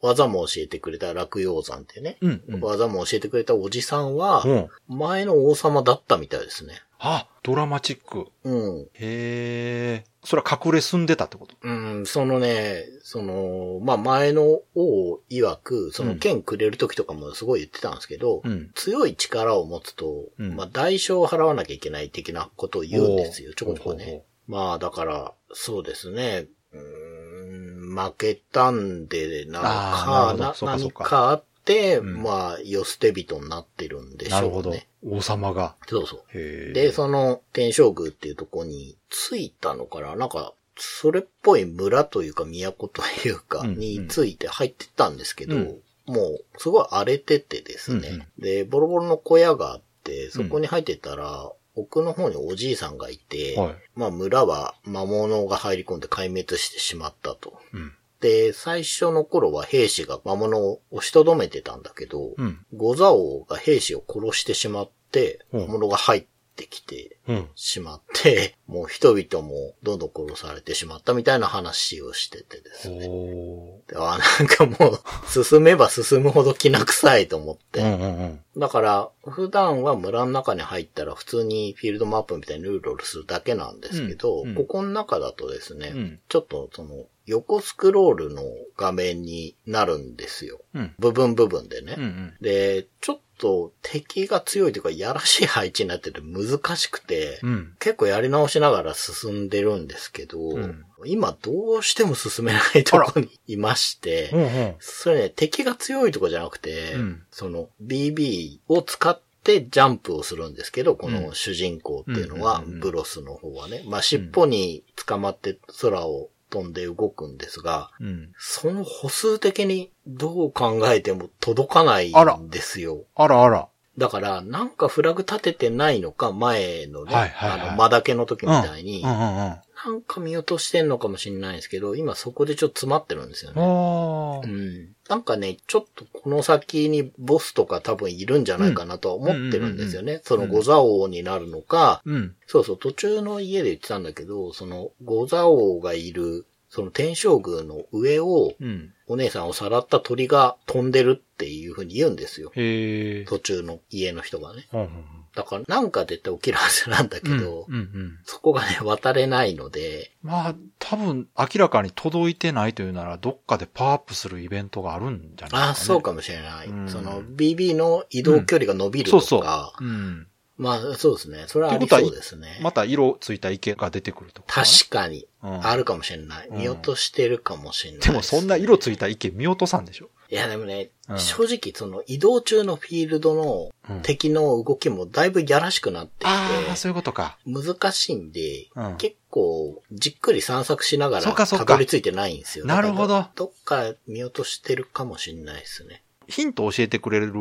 [SPEAKER 3] 技も教えてくれた落葉山ってね、
[SPEAKER 2] うん。うん。うん。
[SPEAKER 3] 技も教えてくれたおじさんは、
[SPEAKER 2] うん。
[SPEAKER 3] 前の王様だったみたいですね。
[SPEAKER 2] あ、ドラマチック。
[SPEAKER 3] うん。
[SPEAKER 2] へえ。それは隠れ住んでたってこと
[SPEAKER 3] うん、そのね、その、まあ、前の王曰く、その剣くれる時とかもすごい言ってたんですけど、
[SPEAKER 2] ん。
[SPEAKER 3] 強い力を持つと、
[SPEAKER 2] うん
[SPEAKER 3] まあ、代償を払わなきゃいけない的なことを言うんですよ、
[SPEAKER 2] おー
[SPEAKER 3] ちょこちょこ
[SPEAKER 2] ほうほ
[SPEAKER 3] ね。まあ、だから、そうですね、うーん、負けたんで、なん
[SPEAKER 2] あーな
[SPEAKER 3] か、
[SPEAKER 2] るほど
[SPEAKER 3] な
[SPEAKER 2] そうかそう
[SPEAKER 3] 何
[SPEAKER 2] か
[SPEAKER 3] かあって、
[SPEAKER 2] うん
[SPEAKER 3] まあ、世捨て人になってるんでし
[SPEAKER 2] なる
[SPEAKER 3] ょ
[SPEAKER 2] ほ
[SPEAKER 3] う
[SPEAKER 2] ど
[SPEAKER 3] ね。。
[SPEAKER 2] 王様が。
[SPEAKER 3] そうそう。
[SPEAKER 2] へえ。
[SPEAKER 3] で、その天正宮っていうとこに着いたのから、なんか、それっぽい村というか都というか
[SPEAKER 2] うん
[SPEAKER 3] に着いて入ってったんですけど、
[SPEAKER 2] うん
[SPEAKER 3] もうすごい荒れててですね、
[SPEAKER 2] うん
[SPEAKER 3] で、ボロボロの小屋があって、そこに入ってたら、奥の方におじいさんがいて、
[SPEAKER 2] はい。
[SPEAKER 3] まあ村は魔物が入り込んで壊滅してしまったと。
[SPEAKER 2] うん。
[SPEAKER 3] で、最初の頃は兵士が魔物を押しとどめてたんだけど、
[SPEAKER 2] うん。
[SPEAKER 3] ゴザ王が兵士を殺してしまって、
[SPEAKER 2] うん
[SPEAKER 3] 魔物が入ってきて
[SPEAKER 2] うん。
[SPEAKER 3] しまって、 <laughs> もう人々もどんどん殺されてしまったみたいな話をしててですね。
[SPEAKER 2] お
[SPEAKER 3] であなんかもう、進めば進むほど気な臭いと思っ
[SPEAKER 2] ー。う
[SPEAKER 3] て。
[SPEAKER 2] んうんうん。
[SPEAKER 3] だから、普段は村の中に入ったら普通にフィールドマップみたいにルールをするだけなんですけど、
[SPEAKER 2] うんうん
[SPEAKER 3] ここの中だとですね、
[SPEAKER 2] うん。
[SPEAKER 3] ちょっとその横スクロールの画面になるんですよ。
[SPEAKER 2] うん。
[SPEAKER 3] 部分部分でね。
[SPEAKER 2] うんうん。
[SPEAKER 3] で、ちょっと敵が強いというか、やらしい配置になってて難しくて、
[SPEAKER 2] うん。
[SPEAKER 3] 結構やり直しながら進んでるんですけど、
[SPEAKER 2] うん
[SPEAKER 3] 今どうしても進めないとこにいまして、
[SPEAKER 2] うんうん。
[SPEAKER 3] それね、敵が強いとかじゃなくて、
[SPEAKER 2] うん
[SPEAKER 3] その BB を使ってジャンプをするんですけど、この主人公っていうのは、
[SPEAKER 2] うんうんうんうん
[SPEAKER 3] ブロスの方はね、まあ、尻尾に捕まって空を飛んで動くんですが、
[SPEAKER 2] うん。
[SPEAKER 3] その歩数的にどう考えても届かない
[SPEAKER 2] あら
[SPEAKER 3] んですよ。
[SPEAKER 2] あらあら。
[SPEAKER 3] だから、なんかフラグ立ててないのか、前のね、
[SPEAKER 2] はいはいはい
[SPEAKER 3] あの、間だけの時みたいに、
[SPEAKER 2] うんうんうん。あ
[SPEAKER 3] なんか見落としてんのかもしれないんですけど、今そこでちょっと詰まってるんですよ
[SPEAKER 2] あ
[SPEAKER 3] ね。
[SPEAKER 2] ー
[SPEAKER 3] う。ん、なんかね、ちょっとこの先にボスとか多分いるんじゃないかなとは思ってるんですよね。そ
[SPEAKER 2] んうん
[SPEAKER 3] の
[SPEAKER 2] うん
[SPEAKER 3] 五座王になるのか、
[SPEAKER 2] うん。
[SPEAKER 3] そうそう、途中の家で言ってたんだけど、その五座王がいる、その天正宮の上を、
[SPEAKER 2] うん。
[SPEAKER 3] お姉さんをさらった鳥が飛んでるっていう風に言うんですよ。
[SPEAKER 2] へえ。
[SPEAKER 3] 途中の家の人がね。
[SPEAKER 2] うん
[SPEAKER 3] だからなんか絶対起きるはずなんだけ
[SPEAKER 2] うんうん。
[SPEAKER 3] ど、
[SPEAKER 2] うんうん。
[SPEAKER 3] そこがね、渡れないので、
[SPEAKER 2] まあ、多分、明らかに届いてないというなら、どっかでパワーアップするイベントがあるんじゃないですか、ね。
[SPEAKER 3] ああ、そう。かもしれない。
[SPEAKER 2] うん
[SPEAKER 3] その BB の移動距離が伸びると
[SPEAKER 2] そう
[SPEAKER 3] か、
[SPEAKER 2] そう。うん。
[SPEAKER 3] まあそうですね。それはありそうですね。
[SPEAKER 2] また色ついた池が出てくるとか、
[SPEAKER 3] 確かに、
[SPEAKER 2] かに
[SPEAKER 3] あるかもしれない。
[SPEAKER 2] うん
[SPEAKER 3] 見落としてるかもしれない、
[SPEAKER 2] でもそんな色ついた池見落とさんでしょ。
[SPEAKER 3] いやでもね、
[SPEAKER 2] うん
[SPEAKER 3] 正直その移動中のフィールドの
[SPEAKER 2] うん
[SPEAKER 3] 敵の動きもだいぶやらしくなってき
[SPEAKER 2] ああ、
[SPEAKER 3] て、
[SPEAKER 2] そういうことか。
[SPEAKER 3] 難しいんで、
[SPEAKER 2] うん
[SPEAKER 3] 結構じっくり散策しなが
[SPEAKER 2] そ
[SPEAKER 3] ら
[SPEAKER 2] っかそっか
[SPEAKER 3] たどり着いてないんですよ。
[SPEAKER 2] なるほど
[SPEAKER 3] だからどっか見落としてるかもしれないですね。
[SPEAKER 2] ヒントを教えてくれる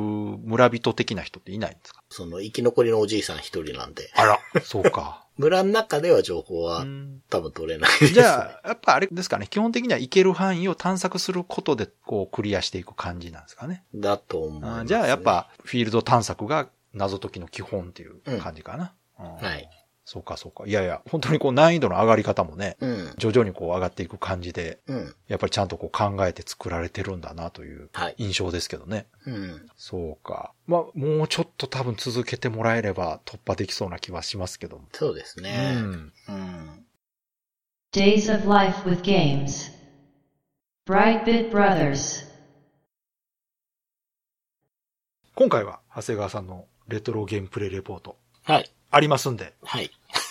[SPEAKER 2] 村人的な人っていないんですか
[SPEAKER 3] その生き残りのおじいさん一人なんで、
[SPEAKER 2] あら。そうか。
[SPEAKER 3] <laughs> 村の中では情
[SPEAKER 2] う
[SPEAKER 3] 報は
[SPEAKER 2] ん
[SPEAKER 3] 多分取れないです、ね。
[SPEAKER 2] じゃあ、やっぱあれですかね、基本的には行ける範囲を探索することで、こう、クリアしていく感じなんですかね。
[SPEAKER 3] だと思います、
[SPEAKER 2] あー
[SPEAKER 3] ね。
[SPEAKER 2] じゃあ、やっ、ぱ、フィールド探索が謎解きの基本っていう感じかな。うん
[SPEAKER 3] はい。
[SPEAKER 2] そうかそうか。いやいや、本当にこう難易度の上がり方もね、
[SPEAKER 3] うん。
[SPEAKER 2] 徐々にこう上がっていく感じで、
[SPEAKER 3] うん。
[SPEAKER 2] やっぱりちゃんとこう考えて作られてるんだなという
[SPEAKER 3] はい。
[SPEAKER 2] 印象ですけどね。
[SPEAKER 3] うん。
[SPEAKER 2] そうか。まあ、もうちょっと多分続けてもらえれば突破できそうな気はしますけども。
[SPEAKER 3] そうです
[SPEAKER 2] う
[SPEAKER 3] ね。
[SPEAKER 2] ん。
[SPEAKER 3] うん。
[SPEAKER 1] Days of Life with Games. Brightbit Brothers.
[SPEAKER 2] 今回は長谷川さんのレトロゲームプレイレポート
[SPEAKER 3] はい。
[SPEAKER 2] ありますんで、
[SPEAKER 3] はい。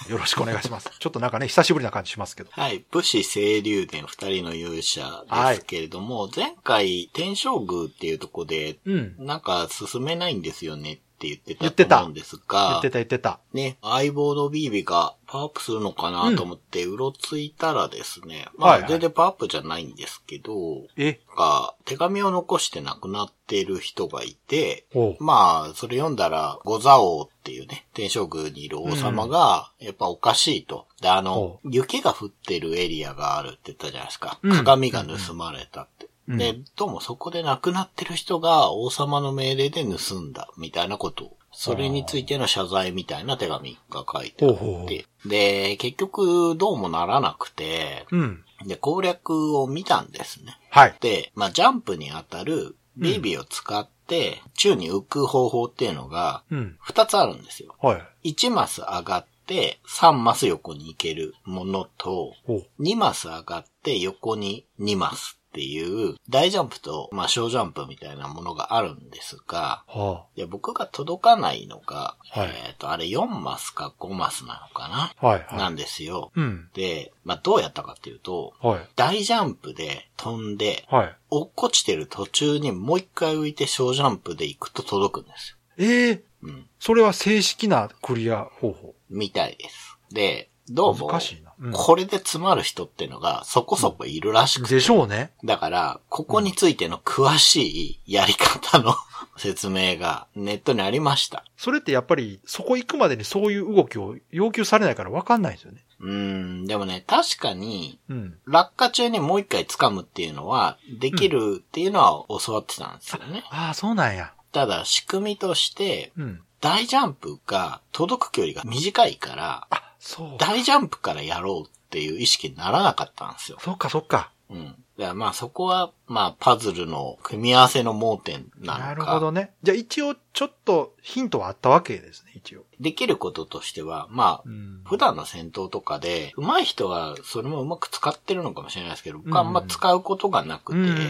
[SPEAKER 2] よろしくお願いし <laughs> ます。ちょっとなんかね、久しぶりな感じしますけど。
[SPEAKER 3] はい。武士清流伝二人の勇者ですけれども、前回天正宮っていうとこで、
[SPEAKER 2] うん。
[SPEAKER 3] なんか進めないんですよねって言って
[SPEAKER 2] 言
[SPEAKER 3] た
[SPEAKER 2] ってた
[SPEAKER 3] と思うんですが、
[SPEAKER 2] 言ってた言ってた。
[SPEAKER 3] ね、相棒のビービがパワーアップするのかなと思ってうろついたらですね、まあ、
[SPEAKER 2] はいはい
[SPEAKER 3] 全然パワーアップじゃないんですけど、
[SPEAKER 2] え
[SPEAKER 3] なんか手紙を残して亡くなっている人がいて、
[SPEAKER 2] おう。
[SPEAKER 3] まあ、それ読んだら、五座王っていうね、天正宮にいる王様が、やっぱおかしいと。で、あの
[SPEAKER 2] ほ、
[SPEAKER 3] 雪が降ってるエリアがあるって言ったじゃないですか。
[SPEAKER 2] うん
[SPEAKER 3] 鏡が盗まれたっ
[SPEAKER 2] う
[SPEAKER 3] て。
[SPEAKER 2] ん
[SPEAKER 3] で、どうもそこで亡くなってる人が王様の命令で盗んだ、みたいなことを。それについての謝罪みたいな手紙が書いてあ
[SPEAKER 2] ほうほう
[SPEAKER 3] っ
[SPEAKER 2] ほ
[SPEAKER 3] て。で、結局どうもならなくて、
[SPEAKER 2] うん。
[SPEAKER 3] で、攻略を見たんですね。
[SPEAKER 2] はい。
[SPEAKER 3] で、まあ、ジャンプに当たるビービーを使って、宙に浮く方法っていうのが、
[SPEAKER 2] うん。
[SPEAKER 3] 二つあるんですよ。
[SPEAKER 2] はい。
[SPEAKER 3] 一マス上がって、三マス横に行けるものと、
[SPEAKER 2] おう。
[SPEAKER 3] 二マス上がって横に二マスっていう、大ジャンプと、まあ、小ジャンプみたいなものがあるんですが、
[SPEAKER 2] は
[SPEAKER 3] で僕が届かないのが、
[SPEAKER 2] はい
[SPEAKER 3] えっ、と、あれ4マスか5マスなのか
[SPEAKER 2] あ。はい。
[SPEAKER 3] なな
[SPEAKER 2] は
[SPEAKER 3] んですよ。
[SPEAKER 2] い。うん。
[SPEAKER 3] で、まあ、どうやったかっていうと、
[SPEAKER 2] はい。
[SPEAKER 3] 大ジャンプで飛んで、
[SPEAKER 2] はい。
[SPEAKER 3] 落っこちてる途中にもう一回浮いて小ジャンプで行くと届くんです
[SPEAKER 2] ええ
[SPEAKER 3] よ。うん。
[SPEAKER 2] それは正式なクリア方法。
[SPEAKER 3] みたいです。で、どうも、
[SPEAKER 2] 難しいな。うん
[SPEAKER 3] これで詰まる人ってのがそこそこいるらしくて、
[SPEAKER 2] でしょうね。
[SPEAKER 3] だから、ここについての詳しいやり方の <laughs> 説明がネットにありました。
[SPEAKER 2] それってやっぱり、そこ行くまでにそういう動きを要求されないから分かんないですよね。
[SPEAKER 3] うーん、でもね、確かに、
[SPEAKER 2] うん。
[SPEAKER 3] 落下中にもう一回掴むっていうのは、できるっていうのは教わってたんですよね。
[SPEAKER 2] ああ、そうなんや。
[SPEAKER 3] ただ、仕組みとして、
[SPEAKER 2] うん。
[SPEAKER 3] 大ジャンプが届く距離が短いから、
[SPEAKER 2] あ、そう。
[SPEAKER 3] 大ジャンプからやろうっていう意識にならなかったんですよ。
[SPEAKER 2] そっかそっか。
[SPEAKER 3] うん。だからまあそこは、まあパズルの組み合わせの盲点なのか。
[SPEAKER 2] なるほどね。じゃあ一応ちょっとヒントはあったわけですね、一応。
[SPEAKER 3] できることとしては、まあ、
[SPEAKER 2] ん
[SPEAKER 3] 普段の戦闘とかで、上手い人はそれもうまく使ってるのかもしれないですけど、僕はあんま使うことがな
[SPEAKER 2] う
[SPEAKER 3] くて、
[SPEAKER 2] んうんうんう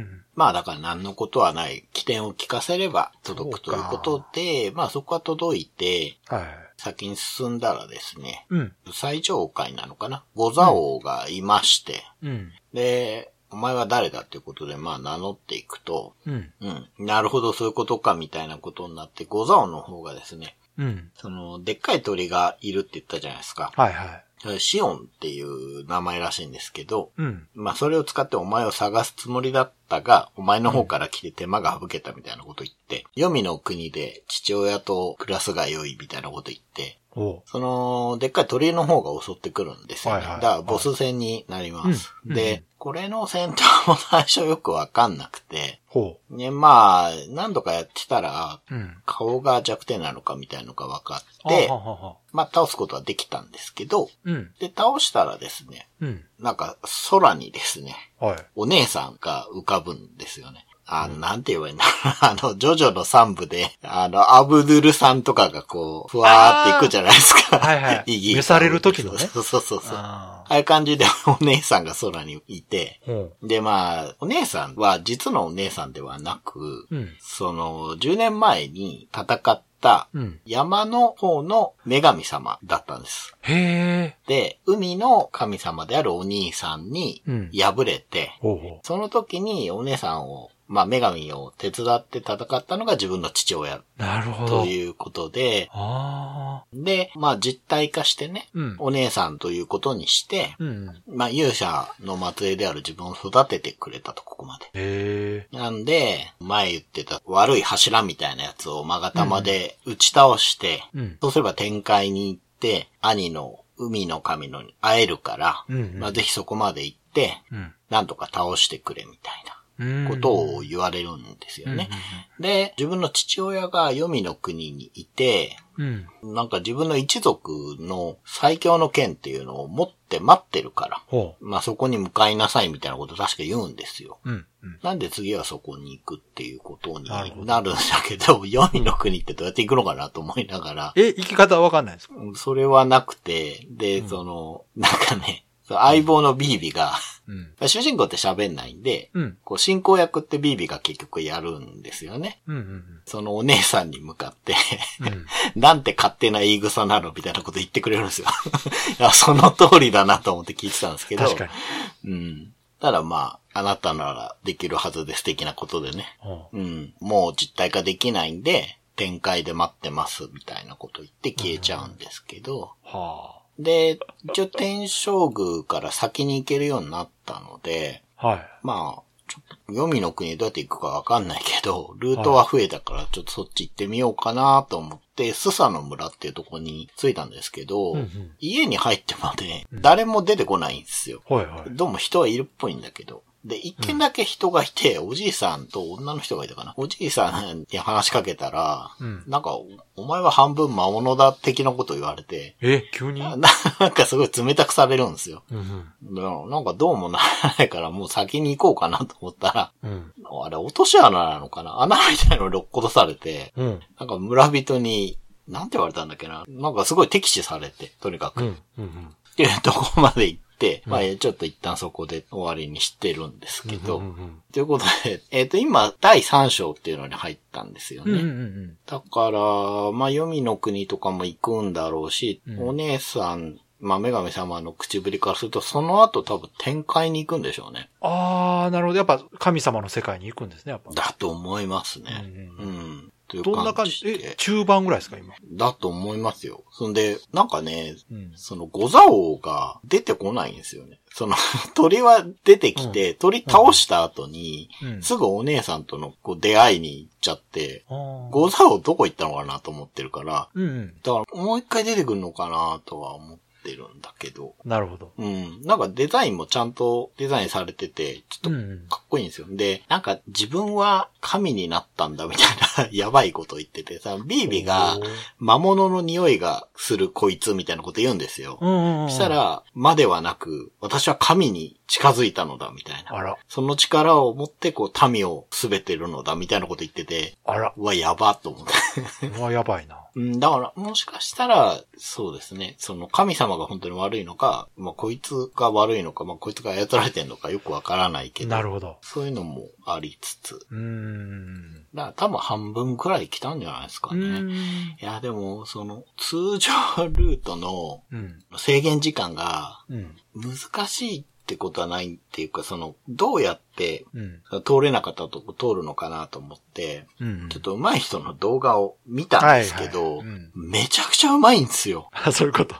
[SPEAKER 2] ん。
[SPEAKER 3] まあだから何のことはない、起点を聞かせれば届く
[SPEAKER 2] そ
[SPEAKER 3] と
[SPEAKER 2] う
[SPEAKER 3] い
[SPEAKER 2] か
[SPEAKER 3] うことで、まあそこは届いて、
[SPEAKER 2] はい。
[SPEAKER 3] 先に進んだらですね、
[SPEAKER 2] うん。
[SPEAKER 3] 最上階なのかな五座王がいまして、
[SPEAKER 2] うん。
[SPEAKER 3] で、お前は誰だっていうことで、まあ名乗っていくと、
[SPEAKER 2] うん。
[SPEAKER 3] うん、なるほどそういうことかみたいなことになって、ゴザオの方がですね、
[SPEAKER 2] うん。
[SPEAKER 3] その、でっかい鳥がいるって言ったじゃないですか。
[SPEAKER 2] はいはい。
[SPEAKER 3] シオンっていう名前らしいんですけど、
[SPEAKER 2] うん。
[SPEAKER 3] まあそれを使ってお前を探すつもりだったが、お前の方から来て手間が省けたみたいなこと言って、黄泉の国で父親と暮らすが良いみたいなこと言って、
[SPEAKER 2] おう。
[SPEAKER 3] その、でっかい鳥の方が襲ってくるんですよ、ね。
[SPEAKER 2] はいはい
[SPEAKER 3] だから、ボス戦になります。
[SPEAKER 2] はいうん
[SPEAKER 3] で、
[SPEAKER 2] うん
[SPEAKER 3] これの戦闘も最初よくわかんなくて、
[SPEAKER 2] ほ
[SPEAKER 3] ね、まあ、何度かやってたら、
[SPEAKER 2] う。うん。
[SPEAKER 3] 顔が弱点なのかみたいのが分かっ
[SPEAKER 2] で
[SPEAKER 3] て、
[SPEAKER 2] ははは
[SPEAKER 3] まあ、倒すことはできたんですけど、
[SPEAKER 2] うん。
[SPEAKER 3] で、倒したらですね、
[SPEAKER 2] うん。
[SPEAKER 3] なんか、空にですね、
[SPEAKER 2] はい。
[SPEAKER 3] お姉さんが浮かぶんですよね。あの、なんて言えばいいんだろう。 <laughs> あの、ジョジョの三部で、あの、アブドゥルさんとかがこう、ふわーっていくじゃ <laughs> ないですか。
[SPEAKER 2] はいはい
[SPEAKER 3] 意義
[SPEAKER 2] 召される時のね
[SPEAKER 3] そうそうそうそう。あ
[SPEAKER 2] ああ。
[SPEAKER 3] あいう感じでお姉さんが空にいて、
[SPEAKER 2] ほ
[SPEAKER 3] で、まあ、お姉さんは実のお姉さんではなく、
[SPEAKER 2] う。うん。
[SPEAKER 3] その、10年前に戦った
[SPEAKER 2] うん。
[SPEAKER 3] 山の方の女神様だったんです。
[SPEAKER 2] へえ。
[SPEAKER 3] で、海の神様であるお兄さんに
[SPEAKER 2] うん
[SPEAKER 3] 敗れて、
[SPEAKER 2] ほうほ
[SPEAKER 3] その時にお姉さんを、まあ、女神を手伝って戦ったのが自分の父親
[SPEAKER 2] う。なるほど。
[SPEAKER 3] ということで、
[SPEAKER 2] ああ。
[SPEAKER 3] で、まあ、実体化してね、
[SPEAKER 2] うん。
[SPEAKER 3] お姉さんということにして、
[SPEAKER 2] うん。
[SPEAKER 3] まあ、勇者の末裔である自分を育ててくれたと、ここまで。
[SPEAKER 2] へえ。
[SPEAKER 3] なんで、前言ってた悪い柱みたいなやつをまがたまで打ち倒して、
[SPEAKER 2] うん。
[SPEAKER 3] そうすれば展開に行って、兄の海の神のに会えるから、
[SPEAKER 2] うんうん
[SPEAKER 3] まあ、ぜひそこまで行って、
[SPEAKER 2] うん。
[SPEAKER 3] なんとか倒してくれみたいな。ことを言われるんですよね。
[SPEAKER 2] う
[SPEAKER 3] で、自分の父親が黄泉の国にいて、
[SPEAKER 2] んうん。
[SPEAKER 3] なんか自分の一族の最強の剣っていうのを持って待ってるから、
[SPEAKER 2] ほ
[SPEAKER 3] まあそこに向かいなさいみたいなことを確か言うんですよ。
[SPEAKER 2] う。うん。うん。
[SPEAKER 3] なんで次はそこに行くっていうことに
[SPEAKER 2] なるほど
[SPEAKER 3] なるんだけど、黄泉の国ってどうやって行くのかなと思いながら、
[SPEAKER 2] え、行き方はわかんないですか
[SPEAKER 3] それはなくて、で、
[SPEAKER 2] うん
[SPEAKER 3] その、なんかね、その相棒のビービが、
[SPEAKER 2] うん。
[SPEAKER 3] 主人公って喋んないんで、
[SPEAKER 2] うん。
[SPEAKER 3] こう進行役ってビービが結局やるんですよね。
[SPEAKER 2] うん。うん
[SPEAKER 3] そのお姉さんに向かって、 <laughs>
[SPEAKER 2] うん。うん。
[SPEAKER 3] なんて勝手な言い草なのみたいなこと言ってくれるんですよ。 <laughs> いや、その通りだなと思って聞いてたんですけど。
[SPEAKER 2] 確かに。
[SPEAKER 3] に。うん。ただまあ、あなたならできるはずです的なことでね。
[SPEAKER 2] ほ
[SPEAKER 3] うん。もう実体化できないんで、展開で待ってますみたいなこと言って消えちゃうんですけど。
[SPEAKER 2] うは
[SPEAKER 3] で、一応天正宮から先に行けるようになったので、
[SPEAKER 2] あ。はい。
[SPEAKER 3] まあ、ちょっと、黄泉の国どうやって行くかわかんないけど、ルートは増えたから、ちょっとそっち行ってみようかなと思って、スサの村っていうとこに着いたんですけど、
[SPEAKER 2] うんうん
[SPEAKER 3] 家に入ってまで、誰も出てこないんですよ。
[SPEAKER 2] はいはい。
[SPEAKER 3] どうも人はいるっぽいんだけど。で、一軒だけ人がいて、おじいさんと女の人がいたかな。おじいさんに話しかけたら、
[SPEAKER 2] うん
[SPEAKER 3] なんかお、お前は半分魔物だ的なこと言われて、 <laughs>
[SPEAKER 2] え、急に
[SPEAKER 3] ななんかすごい冷たくされるんですよ。
[SPEAKER 2] うんうん。
[SPEAKER 3] でなんかどうもならないから、もう先に行こうかなと思ったら、
[SPEAKER 2] うん。
[SPEAKER 3] あれ、落とし穴なのかな穴みたいなのを落っことされて、
[SPEAKER 2] うん。
[SPEAKER 3] なんか村人に、なんて言われたんだっけななんかすごい敵視されて、とにかく。
[SPEAKER 2] う
[SPEAKER 3] っ
[SPEAKER 2] ん。うん。
[SPEAKER 3] ていうとこまで行って、まあ、ちょっと一旦そこで終わりにしてるんですけど。
[SPEAKER 2] うん。
[SPEAKER 3] ということで、えっ、と、今、第3章っていうのに入ったんですよ
[SPEAKER 2] うん。
[SPEAKER 3] ね。
[SPEAKER 2] うん。うん。
[SPEAKER 3] だから、まあ、黄泉の国とかも行くんだろうし、
[SPEAKER 2] うん
[SPEAKER 3] お姉さん、まあ、女神様の口ぶりからすると、その後多分展開に行くんでしょうね。
[SPEAKER 2] ああ、なるほど。やっぱ神様の世界に行くんですね、やっぱ。
[SPEAKER 3] だと思いますね。
[SPEAKER 2] う
[SPEAKER 3] うん
[SPEAKER 2] うん
[SPEAKER 3] ん。という
[SPEAKER 2] どんな
[SPEAKER 3] 感
[SPEAKER 2] 感
[SPEAKER 3] じ
[SPEAKER 2] じ
[SPEAKER 3] で
[SPEAKER 2] え、中盤ぐらいですか、今。
[SPEAKER 3] だと思いますよ。そんで、なんかね、
[SPEAKER 2] うん。
[SPEAKER 3] その、ゴザ王が出てこないんですよね。その、 <laughs> 鳥は出てきて、鳥倒した後に、
[SPEAKER 2] うん。
[SPEAKER 3] すぐお姉さんとのこう出会いに行っちゃって、
[SPEAKER 2] 5
[SPEAKER 3] ゴザ王どこ行ったのかなと思ってるから、
[SPEAKER 2] うんうん。
[SPEAKER 3] だからもう一回出てくるのかなとは思ってるんだけど、
[SPEAKER 2] なるほど。
[SPEAKER 3] うん。なんかデザインもちゃんとデザインされてて、ち
[SPEAKER 2] う
[SPEAKER 3] ょっ
[SPEAKER 2] ん
[SPEAKER 3] と
[SPEAKER 2] うん。
[SPEAKER 3] かっこいいんですよ。で、なんか自分は神になったんだみたいな <laughs> やばいこと言っててさ、ビービーが
[SPEAKER 2] おー
[SPEAKER 3] 魔物の匂いがするこいつみたいなこと言うんですよ
[SPEAKER 2] う。んうんうん。
[SPEAKER 3] した、ら、まではなく、私は神に近づいたのだみたい
[SPEAKER 2] あ
[SPEAKER 3] な。
[SPEAKER 2] ら、
[SPEAKER 3] その力を持ってこう民をすべてるのだみたいなこと言ってて、
[SPEAKER 2] あら、
[SPEAKER 3] うわ、やばと思って。
[SPEAKER 2] うわ、やばいな。
[SPEAKER 3] うん、だから、もしかしたら、そうですね。その、神様が本当に悪いのか、まあ、こいつが悪いのか、まあ、こいつが操られてるのかよくわからないけど。
[SPEAKER 2] なるほど。
[SPEAKER 3] そういうのもありつつ。
[SPEAKER 2] うーん。
[SPEAKER 3] だから、多分半分くらい来たんじゃないですか
[SPEAKER 2] う
[SPEAKER 3] ね。い
[SPEAKER 2] ん。
[SPEAKER 3] や、でも、その、通常ルートの
[SPEAKER 2] うん。
[SPEAKER 3] 制限時間が
[SPEAKER 2] うん。
[SPEAKER 3] 難しいってことはないっていうか、その、どうやって
[SPEAKER 2] うん。
[SPEAKER 3] 通れなかったとこ通るのかなと思って、
[SPEAKER 2] うん。
[SPEAKER 3] ちょっと上手い人の動画を見たんですけど、
[SPEAKER 2] はいはいうん
[SPEAKER 3] めちゃくちゃ上手いんですよ。 <laughs>
[SPEAKER 2] あ <laughs> そういうこと。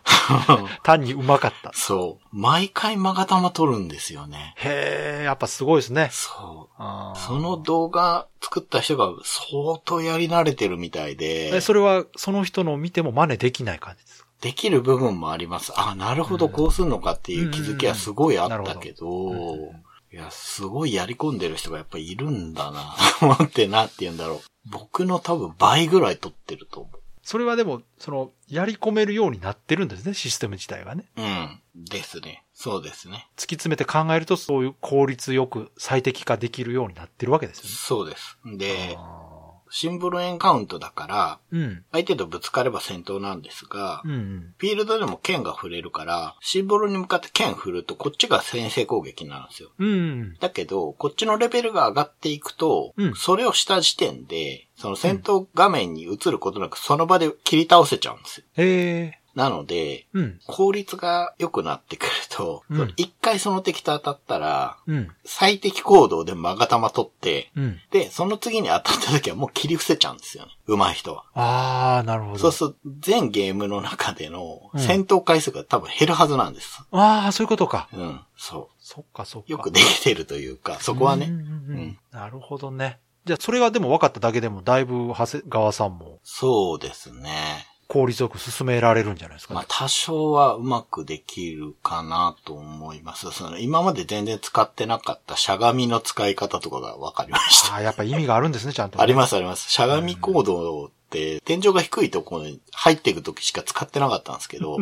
[SPEAKER 2] 単にうまかった。
[SPEAKER 3] そう。毎回マガタマ撮るんですよね。
[SPEAKER 2] へえ、やっぱすごいですね。
[SPEAKER 3] そう。
[SPEAKER 2] あー
[SPEAKER 3] その動画作った人が相当やり慣れてるみたい
[SPEAKER 2] え、
[SPEAKER 3] で、
[SPEAKER 2] それは、その人の見ても真似できない感じですか
[SPEAKER 3] できる部分もあります。あ、なるほど、
[SPEAKER 2] うん
[SPEAKER 3] こうするのかっていう気づきはすごいあったけ
[SPEAKER 2] うんうんうんなるほど
[SPEAKER 3] ど
[SPEAKER 2] うんうん、
[SPEAKER 3] いや、すごいやり込んでる人がやっぱいるんだな、 <laughs> と思ってなって言うんだろう。僕の多分倍ぐらい撮ってると思う。
[SPEAKER 2] それはでも、その、やり込めるようになってるんですね、システム自体がね。
[SPEAKER 3] うん。ですね。そうですね。
[SPEAKER 2] 突き詰めて考えると、そういう効率よく最適化できるようになってるわけですよね。
[SPEAKER 3] そうです。で、
[SPEAKER 2] あ
[SPEAKER 3] シンボルエンカウントだから、
[SPEAKER 2] ーうん。
[SPEAKER 3] 相手とぶつかれば戦闘なんですが、
[SPEAKER 2] うんうん。
[SPEAKER 3] フィールドでも剣が触れるから、シンボルに向かって剣振るとこっちが先制攻撃なんですよ。
[SPEAKER 2] うんうん。
[SPEAKER 3] だけど、こっちのレベルが上がっていくと、
[SPEAKER 2] うん
[SPEAKER 3] それをした時点で、その戦闘画面に映ることなくその場で切り倒せちゃうんですよ。
[SPEAKER 2] へえ。
[SPEAKER 3] なので、
[SPEAKER 2] うん。
[SPEAKER 3] 効率が良くなってくると、
[SPEAKER 2] うん
[SPEAKER 3] その一回その敵と当たったら、
[SPEAKER 2] うん。
[SPEAKER 3] 最適行動で間が玉取って、
[SPEAKER 2] うん。
[SPEAKER 3] で、その次に当たった時はもう切り伏せちゃうんですよね。上手い人は。
[SPEAKER 2] ああ、なるほど。
[SPEAKER 3] そうすると、全ゲームの中での
[SPEAKER 2] うん
[SPEAKER 3] 戦闘回数が多分減るはずなんです。
[SPEAKER 2] ああ、そういうことか。
[SPEAKER 3] うん、そ
[SPEAKER 2] そっか、そっか。
[SPEAKER 3] う。よくできてるというか、そこは
[SPEAKER 2] うん
[SPEAKER 3] ね。
[SPEAKER 2] うんうん
[SPEAKER 3] うん
[SPEAKER 2] なるほどね。じゃあ、それがでも分かっただけでも、だいぶ、長谷川さんも、
[SPEAKER 3] そうですね。
[SPEAKER 2] 効率よく進められるんじゃないですか、
[SPEAKER 3] まあ、多少はうまくできるかなと思います。その、今まで全然使ってなかったしゃがみの使い方とかが分かりました。
[SPEAKER 2] ああ、やっぱ意味があるんですね、ちゃんと、
[SPEAKER 3] ありますあります。しゃがみ行動って、天井が低いところに入っていくときしか使ってなかったんですけ <laughs> ど、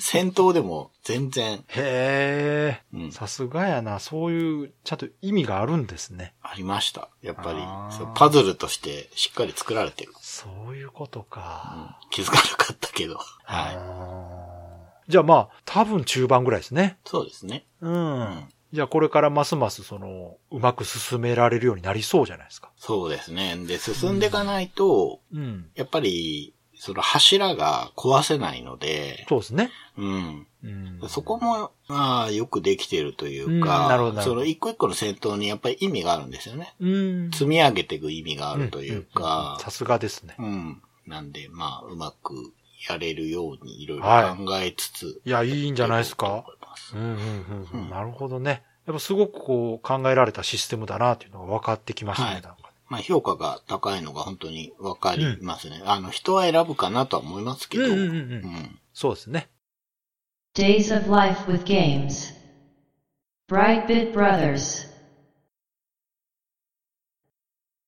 [SPEAKER 3] 戦闘でも全然、
[SPEAKER 2] す。へえ。
[SPEAKER 3] うん、
[SPEAKER 2] さすがやな、そういう、ちゃんと意味があるんですね。
[SPEAKER 3] ありました。やっぱ
[SPEAKER 2] あー
[SPEAKER 3] り、そうパズルとしてしっかり作られてる。
[SPEAKER 2] そういうこと
[SPEAKER 3] う
[SPEAKER 2] か。
[SPEAKER 3] ん気づかなかったけど。はい。
[SPEAKER 2] はい。じゃあまあ、多分中盤ぐらいですね。
[SPEAKER 3] そうですね。
[SPEAKER 2] うん。
[SPEAKER 3] うん。
[SPEAKER 2] じゃあこれからますます、その、うまく進められるようになりそうじゃないですか。
[SPEAKER 3] そうですね。で、進んでいかないと、
[SPEAKER 2] うん。
[SPEAKER 3] やっぱり、その柱が壊せないので、
[SPEAKER 2] そうですね。
[SPEAKER 3] うん。
[SPEAKER 2] うん。
[SPEAKER 3] そこも、まあ、よくできてるというか、
[SPEAKER 2] うんなるほどなるほ
[SPEAKER 3] そ
[SPEAKER 2] ど
[SPEAKER 3] の一個一個の戦闘にやっぱり意味があるんですよね。
[SPEAKER 2] うん。
[SPEAKER 3] 積み上げていく意味があるという
[SPEAKER 2] うん
[SPEAKER 3] か、
[SPEAKER 2] さすがですね。
[SPEAKER 3] うんなんで、まあ、うまくやれるようにいろいろ
[SPEAKER 2] は
[SPEAKER 3] 考えつつ、
[SPEAKER 2] いや、いいんじゃないです
[SPEAKER 3] やって
[SPEAKER 2] か
[SPEAKER 3] こ。うと思います
[SPEAKER 2] うんうんうん、う。
[SPEAKER 3] うんん
[SPEAKER 2] なるほどね。やっぱすごくこう、考えられたシステムだなっていうのが分かってきましたね、
[SPEAKER 3] はい
[SPEAKER 2] なんか
[SPEAKER 3] まあ、評価が高いのが本当にわかりますね。あの、人は選ぶかなとは思いますけど、
[SPEAKER 2] うんうんうんうん
[SPEAKER 3] うん
[SPEAKER 2] そうですね。
[SPEAKER 1] Days of Life with Games. Brightbit Brothers.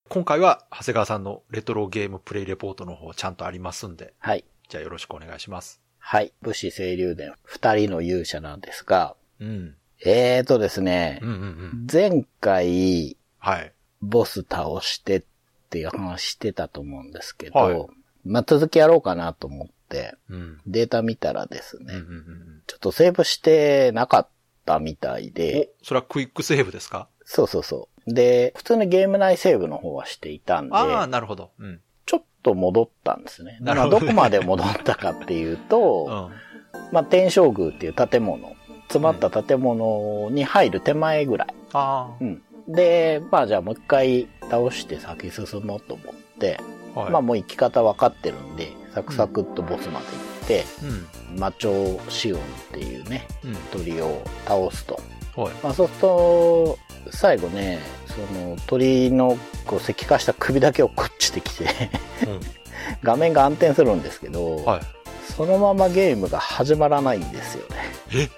[SPEAKER 2] 今回は、長谷川さんのレトロゲームプレイレポートの方ちゃんとありますんで、
[SPEAKER 3] はい。
[SPEAKER 2] じゃあよろしくお願いします。
[SPEAKER 3] はい。武士清流伝、二人の勇者なんですが、
[SPEAKER 2] うん。
[SPEAKER 3] えーとですね
[SPEAKER 2] うんう、んうん。
[SPEAKER 3] 前回、
[SPEAKER 2] はい。
[SPEAKER 3] ボス倒してっていう話してたと思うんですけど、
[SPEAKER 2] はい
[SPEAKER 3] まあ、続きやろうかなと思って、
[SPEAKER 2] うん。
[SPEAKER 3] データ見たらです
[SPEAKER 2] うんう
[SPEAKER 3] ね、
[SPEAKER 2] んうんうん。
[SPEAKER 3] ちょっとセーブしてなかったみたい
[SPEAKER 2] お
[SPEAKER 3] で、、
[SPEAKER 2] それはクイックセーブですか
[SPEAKER 3] そうそうそう。で、普通のゲーム内セーブの方はしていたんで、
[SPEAKER 2] ああ、なるほど。うん。
[SPEAKER 3] ちょっと戻ったんですね。
[SPEAKER 2] なる
[SPEAKER 3] ま
[SPEAKER 2] ほ
[SPEAKER 3] あ
[SPEAKER 2] ど
[SPEAKER 3] どこまで戻ったかっていうと、
[SPEAKER 2] <laughs> うん。
[SPEAKER 3] まあ、天正宮っていう建物、詰まった建物に入る手前ぐらい。
[SPEAKER 2] あ
[SPEAKER 3] うん。で、まあじゃあもう一回倒して先進もうと思って、
[SPEAKER 2] あ、はい。
[SPEAKER 3] まあもう行き方分かってるんで、サクサクっとボスまで行って、
[SPEAKER 2] うん。
[SPEAKER 3] 魔鳥シオンっていうね、
[SPEAKER 2] うん。
[SPEAKER 3] 鳥を倒すと。
[SPEAKER 2] <laughs> はい。
[SPEAKER 3] まあそうすると、最後ね、その鳥のこう石化した首だけをこっちてきて、 <laughs> 画面が暗転するんですけど、
[SPEAKER 2] はい。
[SPEAKER 3] そのままゲームが始まらないんですよね。
[SPEAKER 2] え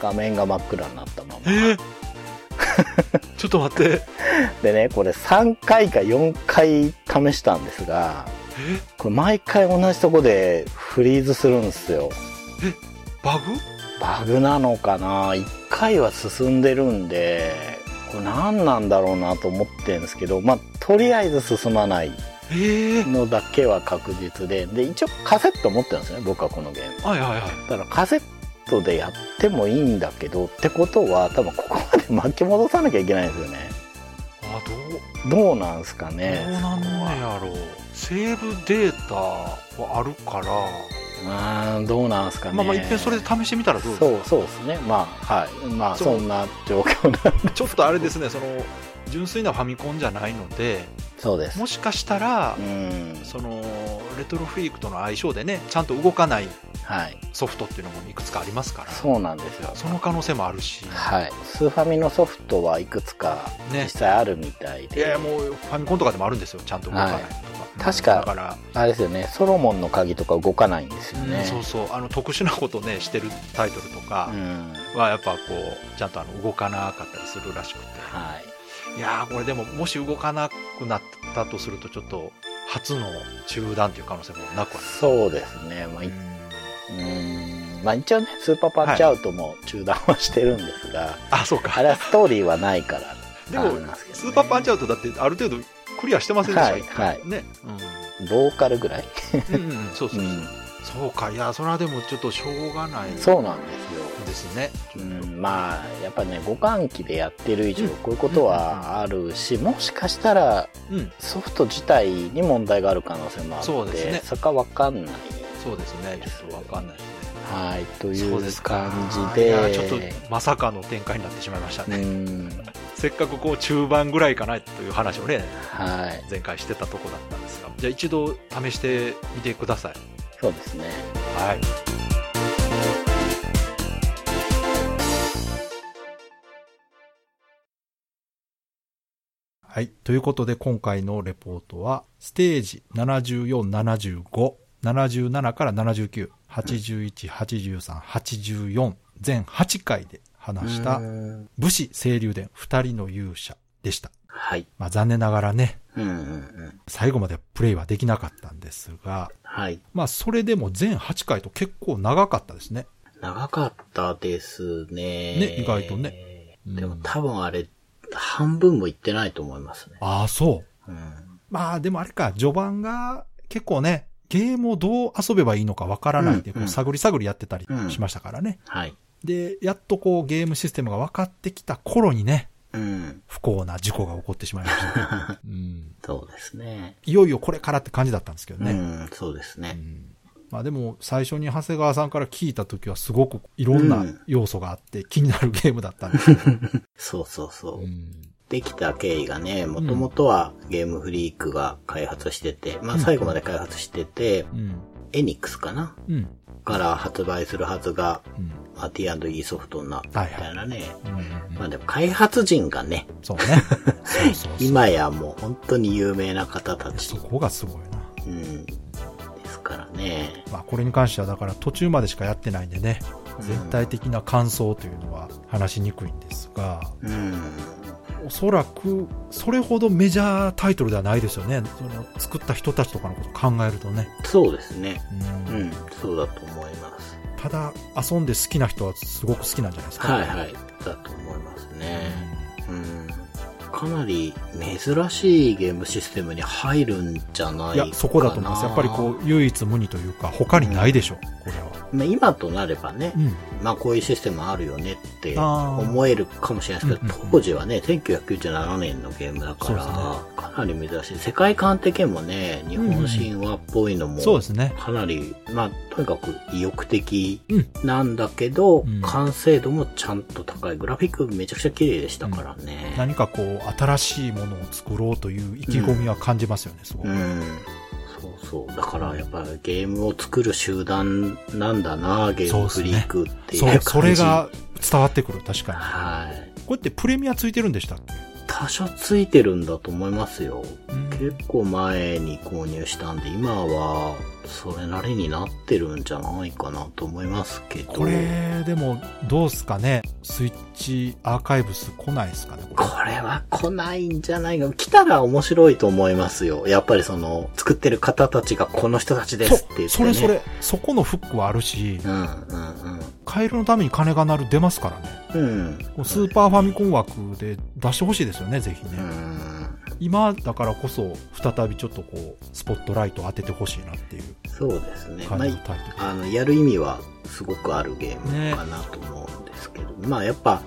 [SPEAKER 3] 画面が真っ暗になったまま。
[SPEAKER 2] えーちょっと待って。
[SPEAKER 3] でね、これ3回か4回試したんですが、
[SPEAKER 2] え
[SPEAKER 3] これ毎回同じとこでフリーズするんですよ。
[SPEAKER 2] バグ
[SPEAKER 3] バグなのかな ?1 回は進んでるんで、これ何なんだろうなと思ってるんですけど、まあ、とりあえず進まない
[SPEAKER 2] ええ
[SPEAKER 3] のだけは確実で、で、一応カセット持ってるんですよね、僕はこのゲーム。
[SPEAKER 2] はいはいはい。
[SPEAKER 3] だからカセットでやってもいいんだけどってことは多分ここまで巻き戻さなきゃいけないんですよね
[SPEAKER 2] あ、どう、
[SPEAKER 3] どうなんすか
[SPEAKER 2] どう
[SPEAKER 3] ね
[SPEAKER 2] なんねやろう。セーブデータはあるから、
[SPEAKER 3] うーんどうなんすかね
[SPEAKER 2] まあまあ一遍それで試してみたらどう
[SPEAKER 3] そうそうですねまあはいまあ
[SPEAKER 2] そう
[SPEAKER 3] そんな状況な
[SPEAKER 2] ちょっとあれですね、その、純粋なファミコンじゃないので、
[SPEAKER 3] そうです
[SPEAKER 2] もしかしたら
[SPEAKER 3] う、ん
[SPEAKER 2] その、レトロフリークとの相性でね、ちゃんと動かない
[SPEAKER 3] はい
[SPEAKER 2] ソフトっていうのもいくつかありますから、
[SPEAKER 3] そうなんですよ
[SPEAKER 2] その可能性もあるし、
[SPEAKER 3] はいスーファミのソフトはいくつか
[SPEAKER 2] ね
[SPEAKER 3] 実際あるみたい
[SPEAKER 2] い
[SPEAKER 3] で、
[SPEAKER 2] やいやもうファミコンとかでもあるんですよ、ちゃんと動かないとか。
[SPEAKER 3] 確か
[SPEAKER 2] だから、
[SPEAKER 3] あれですよねソロモンの鍵とか動かないんですよ
[SPEAKER 2] うん
[SPEAKER 3] ね
[SPEAKER 2] そうそう、あの特殊なことね、してるタイトルとか
[SPEAKER 3] うん
[SPEAKER 2] は、やっぱこう、ちゃんとあの動かなかったりするらしくて。
[SPEAKER 3] はい
[SPEAKER 2] いやー、これでも、もし動かなくなったとすると、ちょっと、初の中断という可能性もなくは
[SPEAKER 3] そうですね、まあ、
[SPEAKER 2] ない。うん
[SPEAKER 3] うーんまあ一応ね、スーパーパンチアウトも中断はしてるんですが、
[SPEAKER 2] あ、そう
[SPEAKER 3] あ
[SPEAKER 2] か。
[SPEAKER 3] れはストーリーはないから。
[SPEAKER 2] で
[SPEAKER 3] あ
[SPEAKER 2] も
[SPEAKER 3] ります、けど
[SPEAKER 2] ス
[SPEAKER 3] ね
[SPEAKER 2] ーパーパンチアウトだって、ある程度、クリアしてませんでし
[SPEAKER 3] は
[SPEAKER 2] た
[SPEAKER 3] い、
[SPEAKER 2] 一
[SPEAKER 3] は
[SPEAKER 2] 回
[SPEAKER 3] い。
[SPEAKER 2] ね。
[SPEAKER 3] ローカルぐらい。 <laughs>
[SPEAKER 2] うん。うんうんうん、そうそうう。
[SPEAKER 3] ん、
[SPEAKER 2] そうか、いやー、それはでも、ちょっとしょうがないです
[SPEAKER 3] そうなんですよ。
[SPEAKER 2] ね。
[SPEAKER 3] うん、まあ、やっぱね、互換機でやってる以上、こういうことはあるし、もしかしたら
[SPEAKER 2] うん、
[SPEAKER 3] ソフト自体に問題がある可能性もあって、
[SPEAKER 2] そうですね
[SPEAKER 3] そこはわかんない。
[SPEAKER 2] そうですね。ちょっとわかんないですね。
[SPEAKER 3] はい、とい
[SPEAKER 2] そうで
[SPEAKER 3] う
[SPEAKER 2] すか
[SPEAKER 3] 感じで。
[SPEAKER 2] いやちょっとまさかの展開になってしまいました
[SPEAKER 3] う
[SPEAKER 2] ね、
[SPEAKER 3] ん、
[SPEAKER 2] せっかくこう中盤ぐらいかなという話をね
[SPEAKER 3] はい、
[SPEAKER 2] 前回してたとこだったんですがじゃあ一度試してみてください
[SPEAKER 3] そうですね。
[SPEAKER 2] はいはい。ということで、今回のレポートは、ステージ74、75、 77から79、81、83、84、全8回で話した
[SPEAKER 3] う、ん
[SPEAKER 2] 武士清流伝二人の勇者でした。
[SPEAKER 3] はい。
[SPEAKER 2] まあ残念ながらね、
[SPEAKER 3] うんうんうん。
[SPEAKER 2] 最後までプレイはできなかったんですが、
[SPEAKER 3] はい。
[SPEAKER 2] まあそれでも全8回と結構長かったですね。
[SPEAKER 3] 長かったですね。
[SPEAKER 2] ね意外とね。
[SPEAKER 3] でも
[SPEAKER 2] うん
[SPEAKER 3] 多分あれ、半分もいってないと思いますね。
[SPEAKER 2] ああ、そう。
[SPEAKER 3] うん。
[SPEAKER 2] まあでもあれか、序盤が結構ね、ゲームをどう遊べばいいのかわからないっていう、
[SPEAKER 3] うん
[SPEAKER 2] こ
[SPEAKER 3] うん
[SPEAKER 2] う探り探りやってたりしましたからね。
[SPEAKER 3] はい。
[SPEAKER 2] で、やっとこうゲームシステムが分かってきた頃にね、
[SPEAKER 3] うん。
[SPEAKER 2] 不幸な事故が起こってしまいま
[SPEAKER 3] <laughs>
[SPEAKER 2] した。うん、
[SPEAKER 3] そうですね。
[SPEAKER 2] いよいよこれからって感じだったんですけど
[SPEAKER 3] う
[SPEAKER 2] ね。
[SPEAKER 3] ん、そうです
[SPEAKER 2] う
[SPEAKER 3] ね。
[SPEAKER 2] んまあでも最初に長谷川さんから聞いた時はすごくいろんな要素があって気になるゲームだったんですけど。
[SPEAKER 3] そうそうそう。
[SPEAKER 2] うん
[SPEAKER 3] できた経緯がね、もともとはゲームフリークが開発してて、まあ最後まで開発してて、
[SPEAKER 2] うん。
[SPEAKER 3] エニックスかな
[SPEAKER 2] うん。
[SPEAKER 3] から発売するはずが、
[SPEAKER 2] うん。
[SPEAKER 3] まあ、T&E ソフトになったみたいなね。
[SPEAKER 2] うん
[SPEAKER 3] まあでも開発人がね、
[SPEAKER 2] そう
[SPEAKER 3] <laughs>
[SPEAKER 2] ね。そうそうそう。
[SPEAKER 3] 今やもう本当に有名な方たち
[SPEAKER 2] そ、こがすごいな。
[SPEAKER 3] うん、ですからね。
[SPEAKER 2] まあ、これに関してはだから途中までしかやってないんでね全体的な感想というのは話しにくいんですが
[SPEAKER 3] うん。
[SPEAKER 2] おそらくそれほどメジャータイトルではないですよねその作った人たちとかのこと考えるとね、
[SPEAKER 3] そうですね。
[SPEAKER 2] うん
[SPEAKER 3] うん、そうだと思います。
[SPEAKER 2] ただ遊んで好きな人はすごく好きなんじゃないですか、
[SPEAKER 3] はいはい。だと思いますね。うん。かなり珍しいゲームシステムに入るんじゃない
[SPEAKER 2] い
[SPEAKER 3] かな。
[SPEAKER 2] やそこだと思いますやっぱりこう唯一無二というか他にないでしょうこれは
[SPEAKER 3] まあ、今となればね
[SPEAKER 2] う、ん
[SPEAKER 3] まあこういうシステムあるよねって
[SPEAKER 2] あー
[SPEAKER 3] 思えるかもしれないですけど
[SPEAKER 2] うんうんう、ん
[SPEAKER 3] 当時はね、1997年のゲームだから、
[SPEAKER 2] そ
[SPEAKER 3] かなり珍しい。世界観的にもね、日本神話っぽいのも、
[SPEAKER 2] そうですね
[SPEAKER 3] かなり、まあ、とにかく意欲的
[SPEAKER 2] うん
[SPEAKER 3] なんだけど、
[SPEAKER 2] うん
[SPEAKER 3] 完成度もちゃんと高い。グラフィックめちゃくちゃ綺麗でしたからね。
[SPEAKER 2] 何かこう新しいものを作ろうという意気込みは感じますよねすご
[SPEAKER 3] う
[SPEAKER 2] く、
[SPEAKER 3] ん。そうそう。だからやっぱゲームを作る集団なんだな、ゲームフリークっていう
[SPEAKER 2] そ
[SPEAKER 3] 感
[SPEAKER 2] う
[SPEAKER 3] じ。
[SPEAKER 2] それが伝わってくる確かに
[SPEAKER 3] はい。
[SPEAKER 2] これってプレミアついてるんでしたっけ
[SPEAKER 3] 多少ついてるんだと思いますよ。
[SPEAKER 2] うん
[SPEAKER 3] 結構前に購入したんで、今はそれなりになってるんじゃないかなと思いますけど。
[SPEAKER 2] これでもどうすかねスイッチアーカイブス来ないですかね
[SPEAKER 3] これは来ないんじゃないか。来たら面白いと思いますよ。やっぱりその、作ってる方たちがこの人たちですって言って、ね。
[SPEAKER 2] そそれそ。れそこのフックはあるし
[SPEAKER 3] うんうん
[SPEAKER 2] カエルのために金が鳴る出ますからね
[SPEAKER 3] うん。うん。
[SPEAKER 2] こうスーパーファミコン枠で出してほしいですよねぜひね、
[SPEAKER 3] うん。
[SPEAKER 2] 今だからこそ再びちょっとこうスポットライト当ててほしいなっていう
[SPEAKER 3] そうですね。ま
[SPEAKER 2] 感
[SPEAKER 3] あ
[SPEAKER 2] じの、タイトル、
[SPEAKER 3] あの、やる意味はすごくあるゲームかなと思うんですけど。まあやっぱ、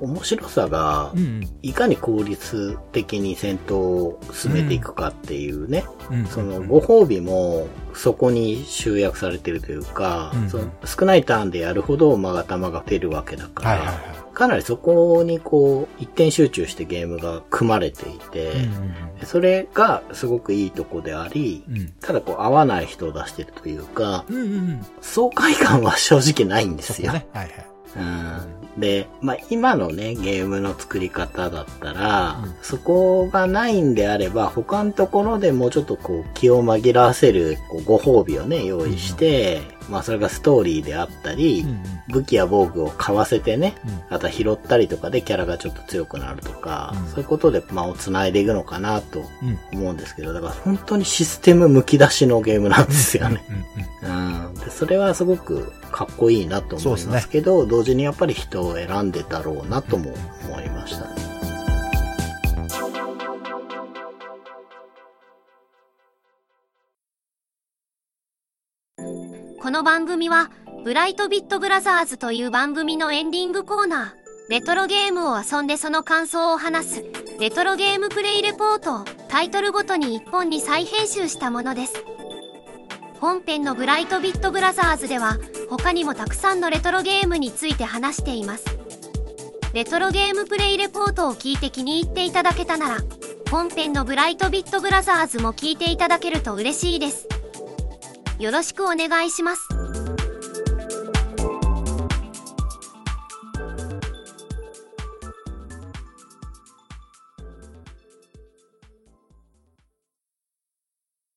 [SPEAKER 3] 面白さが
[SPEAKER 2] うん、うん
[SPEAKER 3] いかに効率的に戦闘を進めていくかっていうね、
[SPEAKER 2] うんうん
[SPEAKER 3] そのご褒美もそこに集約されてるというか、
[SPEAKER 2] うん
[SPEAKER 3] その少ないターンでやるほど間が玉が出るわけだから、
[SPEAKER 2] はいはいは
[SPEAKER 3] かなりそこにこう一点集中してゲームが組まれていて、
[SPEAKER 2] い、うんうん
[SPEAKER 3] それがすごくいいとこであり、
[SPEAKER 2] うん
[SPEAKER 3] ただこう合わない人を出してるというか、
[SPEAKER 2] うんうんうんうん
[SPEAKER 3] 爽快感は正直ないんで
[SPEAKER 2] そ
[SPEAKER 3] す
[SPEAKER 2] こ
[SPEAKER 3] よ。
[SPEAKER 2] ねはいはい
[SPEAKER 3] うんで、まあ、今のね、ゲームの作り方だったら、
[SPEAKER 2] うん
[SPEAKER 3] そこがないんであれば、他のところでもうちょっとこう、気を紛らわせるこうご褒美をね、用意して、まあ、それがストーリーであったり、
[SPEAKER 2] うんうん
[SPEAKER 3] 武器や防具を買わせてね、
[SPEAKER 2] うん
[SPEAKER 3] あとは拾ったりとかでキャラがちょっと強くなるとか、
[SPEAKER 2] うん
[SPEAKER 3] そういうことで、まあ、を繋いでいくのかなと
[SPEAKER 2] うんうん
[SPEAKER 3] 思うんですけど、だから本当にシステムむき出しのゲームなんですよね。うん、でそれはすごくかっこいいなと思い
[SPEAKER 2] そう
[SPEAKER 3] ま
[SPEAKER 2] ですす
[SPEAKER 3] けど同時にやっぱり人を選んでたろうなとも思いましたね。
[SPEAKER 4] この番組はブライトビットブラザーズという番組のエンディングコーナーレトロゲームを遊んでその感想を話すレトロゲームプレイレポートをタイトルごとに1本に再編集したものです本編のブライトビットブラザーズでは他にもたくさんのレトロゲームについて話していますレトロゲームプレイレポートを聞いて気に入っていただけたなら本編のブライトビットブラザーズも聞いていただけると嬉しいですよろしくお願いします